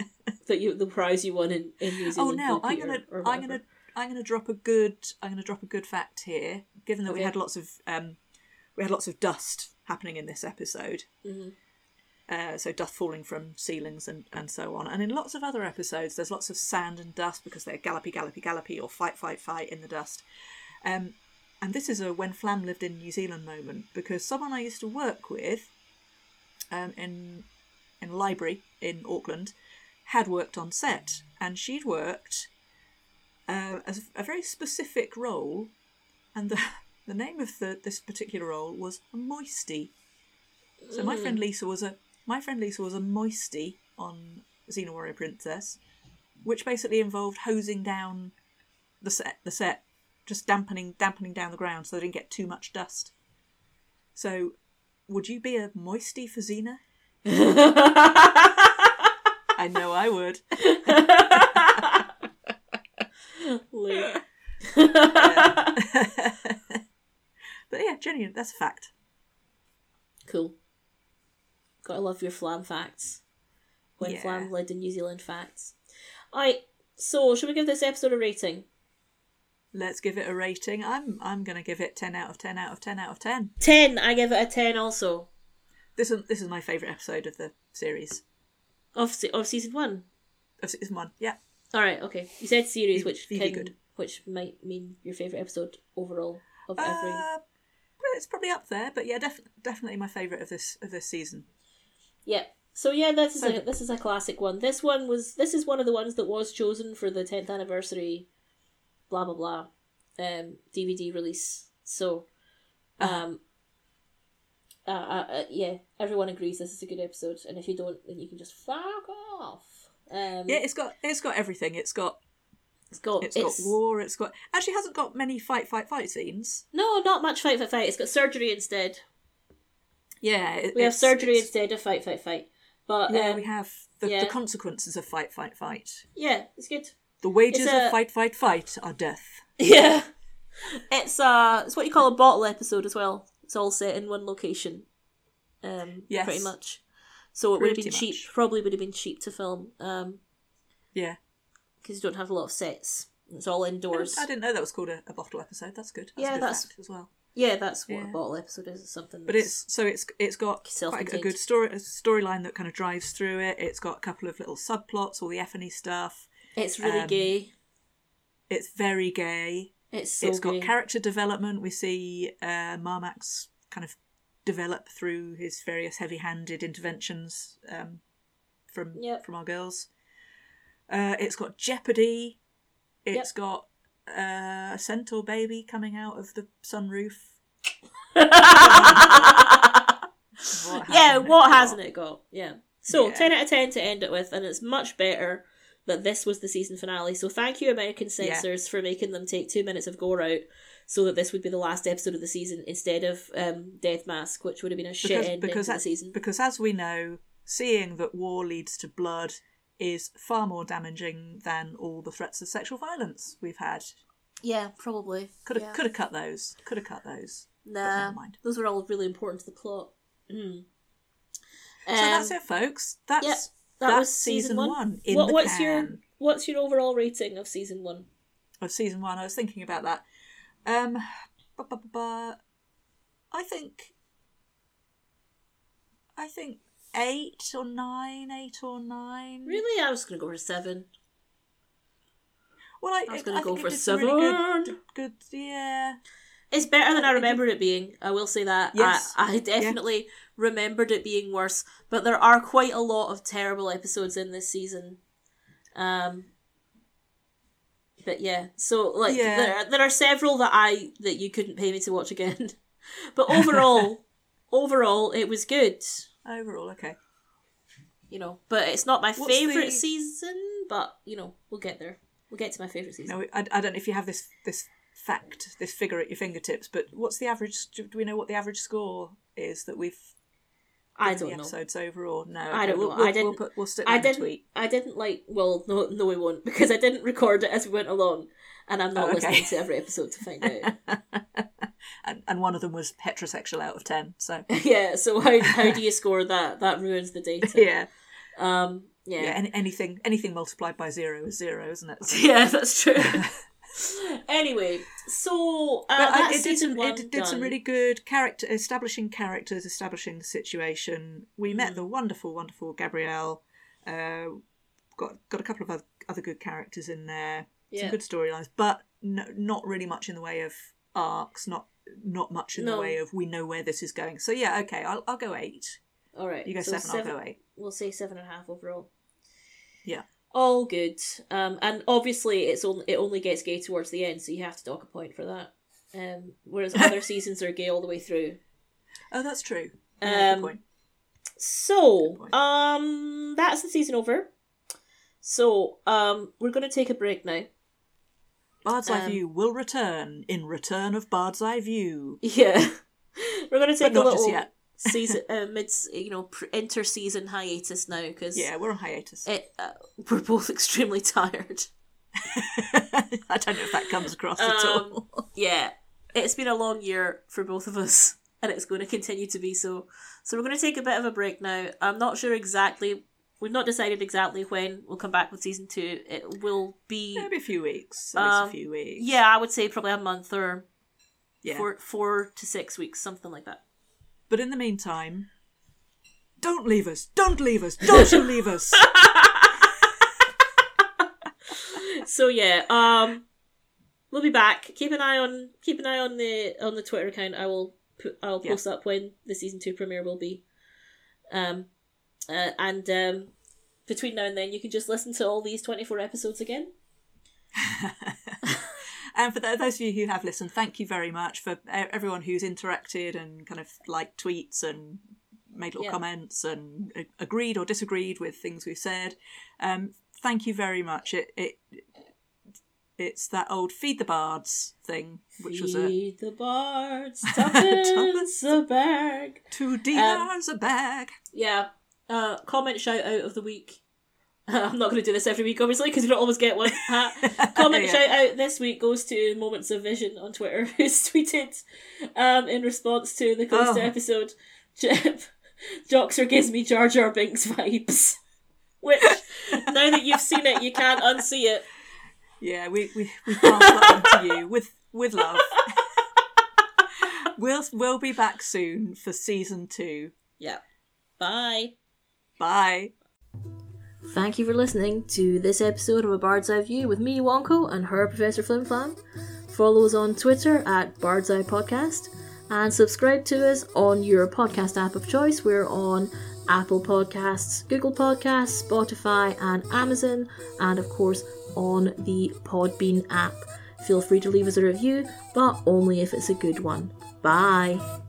that you the prize you won in in New Oh, Zealand. now Blue I'm Peter gonna or I'm whatever. gonna I'm gonna drop a good I'm gonna drop a good fact here. Given that we Okay. had lots of um, we had lots of dust happening in this episode. Uh, so dust falling from ceilings and, and so on. And in lots of other episodes, there's lots of sand and dust because they're gallopy, gallopy, gallopy, or fight, fight, fight in the dust. Um, and this is a when Flam lived in New Zealand moment because someone I used to work with um, in in a library in Auckland had worked on set, and she'd worked uh, as a very specific role, and the the name of the, this particular role was moisty, So my friend Lisa was a my friend Lisa was a moisty on Xena Warrior Princess, which basically involved hosing down the set the set, just dampening dampening down the ground so they didn't get too much dust. So would you be a moisty for Xena? I know I would. Luke. But yeah, genuine that's a fact. Cool. Gotta love your flam facts. When Yeah. flam lived in New Zealand facts. Alright, so should we give this episode a rating? Let's give it a rating. I'm I'm gonna give it ten out of ten out of ten out of ten. 10. I give it a 10 also. This is this is my favourite episode of the series. Of, se- of season 1. Of season one. Yeah. Alright, okay. You said series, which Really can, good. which might mean your favourite episode overall of every. Uh, it's probably up there, but yeah, def- definitely my favourite of this of this season. Yeah. So yeah, this is a Okay. this is a classic one. This one was this is one of the ones that was chosen for the tenth anniversary, blah blah blah, um, DVD release. So, Uh-huh. um, uh, uh, uh, yeah, everyone agrees this is a good episode, and if you don't, then you can just fuck off. Um, Yeah, it's got it's got everything. It's got it's got it's it's, got war. It's got actually hasn't got many fight fight fight scenes. no, not much fight fight fight. It's got surgery instead. Yeah, it- We have it's- surgery it's- instead of fight fight fight. But yeah, um, we have the, yeah. the consequences of fight fight fight. yeah, it's good. The wages It's a- of fight fight fight are death. Yeah. It's uh it's what you call a bottle episode as well. It's all set in one location. Um Yes. pretty much. So it would have Pretty been cheap much. probably would have been cheap to film um Yeah, because you don't have a lot of sets. It's all I indoors. didn't, I didn't know that was called a, a bottle episode. That's good. That's Yeah, a good that's- fact as well. Yeah, that's what Yeah. a bottle episode is. It's something But that's- it's so it's it's got quite a Self-contained. good story a storyline that kind of drives through it. It's got a couple of little subplots, all the effany stuff. it's really um, gay. It's very gay. It's so it's got gay. character development. We see uh, Marmax kind of develop through his various heavy-handed interventions um, from Yep. from our girls. Uh, it's got Jeopardy. It's got uh, a centaur baby coming out of the sunroof. yeah, what hasn't it got? Yeah. So Yeah. ten out of ten to end it with, and it's much better that this was the season finale. So thank you, American Yeah. censors, for making them take two minutes of gore out so that this would be the last episode of the season instead of um, Death Mask, which would have been a shit ending to the as- season. because as we know, seeing that war leads to blood is far more damaging than all the threats of sexual violence we've had. yeah, probably. Could have Yeah. could have cut those. Could have cut those. Nah, never mind. those were all really important to the plot. Mm. So that's it, folks. That's Um, Yep, that that's was season, one. in what, the what's can your what's your overall rating of season one? of season one. I was thinking about that. Um, bu- bu- bu- bu- I think, I think eight or nine, eight or nine. Really, I was gonna go for seven. Well, I, I was gonna I go think for it did some Really good, seven. good, yeah. It's better than I remember it being. I will say that. Yes. I, I definitely remembered it being worse, but there are quite a lot of terrible episodes in this season. Um, but yeah, so like Yeah. there there are several that I that you couldn't pay me to watch again. but overall, overall, it was good. Overall, okay. You know, but it's not my What's favorite the- season. But you know, we'll get there. We'll get to my favorite season. Now, I, I don't know if you have this this fact, this figure at your fingertips, but what's the average? Do we know what the average score is that we've I given don't the know. episodes overall? No, I okay, don't we'll, know. I We'll, We'll, didn't- put, we'll stick that I in the didn't. tweet. I didn't like. Well, no, no, we won't because I didn't record it as we went along, and I'm not Oh, okay. listening to every episode to find out. and, and one of them was heterosexual out of 10 so yeah. So how how do you score that? That ruins the data. yeah Um. Yeah. yeah, any, anything anything multiplied by zero is zero isn't it So- Yeah, that's true. anyway, so uh, but I, that's it did season some one it did some done. really good character establishing characters establishing the situation we Mm. met the wonderful wonderful gabrielle uh, got got a couple of other, other good characters in there Yeah. some good storylines but no, not really much in the way of arcs not not much in No. the way of we know where this is going so yeah okay i'll, I'll go eight All right. you go so seven, i'll go eight We'll say seven and a half overall. Yeah. All good. Um, and obviously it's only it only gets gay towards the end, so you have to dock a point for that. Um, whereas other seasons are gay all the way through. oh that's true Yeah, good Um, point. Good So, point. um, that's the season over. So, um, we're going to take a break now. Bard's Eye um, View will return in Return of Bard's Eye View. Yeah, we're going to take But not a just little yet. season, uh, mid, you know, pr- inter-season hiatus now because Yeah, we're on hiatus. it, uh, we're both extremely tired. I don't know if that comes across at all. Um, yeah, it's been a long year for both of us, and it's going to continue to be so. So we're going to take a bit of a break now. I'm not sure exactly. We've not decided exactly when we'll come back with season two. It will be. Maybe a few weeks. At least Um, a few weeks. Yeah, I would say probably a month or Yeah. four, four to six weeks, something like that. But in the meantime, don't leave us. Don't leave us. Don't you leave us. So yeah, um, we'll be back. Keep an eye on keep an eye on the on the Twitter account. I will put I'll Yeah. post up when the season two premiere will be. Um, uh, and um, between now and then, you can just listen to all these twenty four episodes again. And for tho- those of you who have listened, thank you very much for e- everyone who's interacted and kind of liked tweets and made little Yeah. comments and a- agreed or disagreed with things we've said. Um, thank you very much. It, it it's that old feed the bards thing, which was a Feed the bards, Tuppence. tuppence a bag. two dinars a bag. Yeah. Uh, comment shout out of the week. I'm not going to do this every week, obviously, because we don't always get one. Uh, comment Yeah. shout out this week goes to Moments of Vision on Twitter, who's tweeted um, in response to the Costa Oh. episode, Jip, Joxer gives me Jar Jar Binks vibes. Which, now that you've seen it, you can't unsee it. Yeah, we we, we pass that on to you with with love. we'll we'll be back soon for season two. Yeah. Bye. Bye. Thank you for listening to this episode of A Bard's Eye View with me, Wonko, and her, Professor Flimflam. Follow us on Twitter at Bard's Eye Podcast and subscribe to us on your podcast app of choice. We're on Apple Podcasts, Google Podcasts, Spotify, and Amazon, and of course on the Podbean app. Feel free to leave us a review, but only if it's a good one. Bye.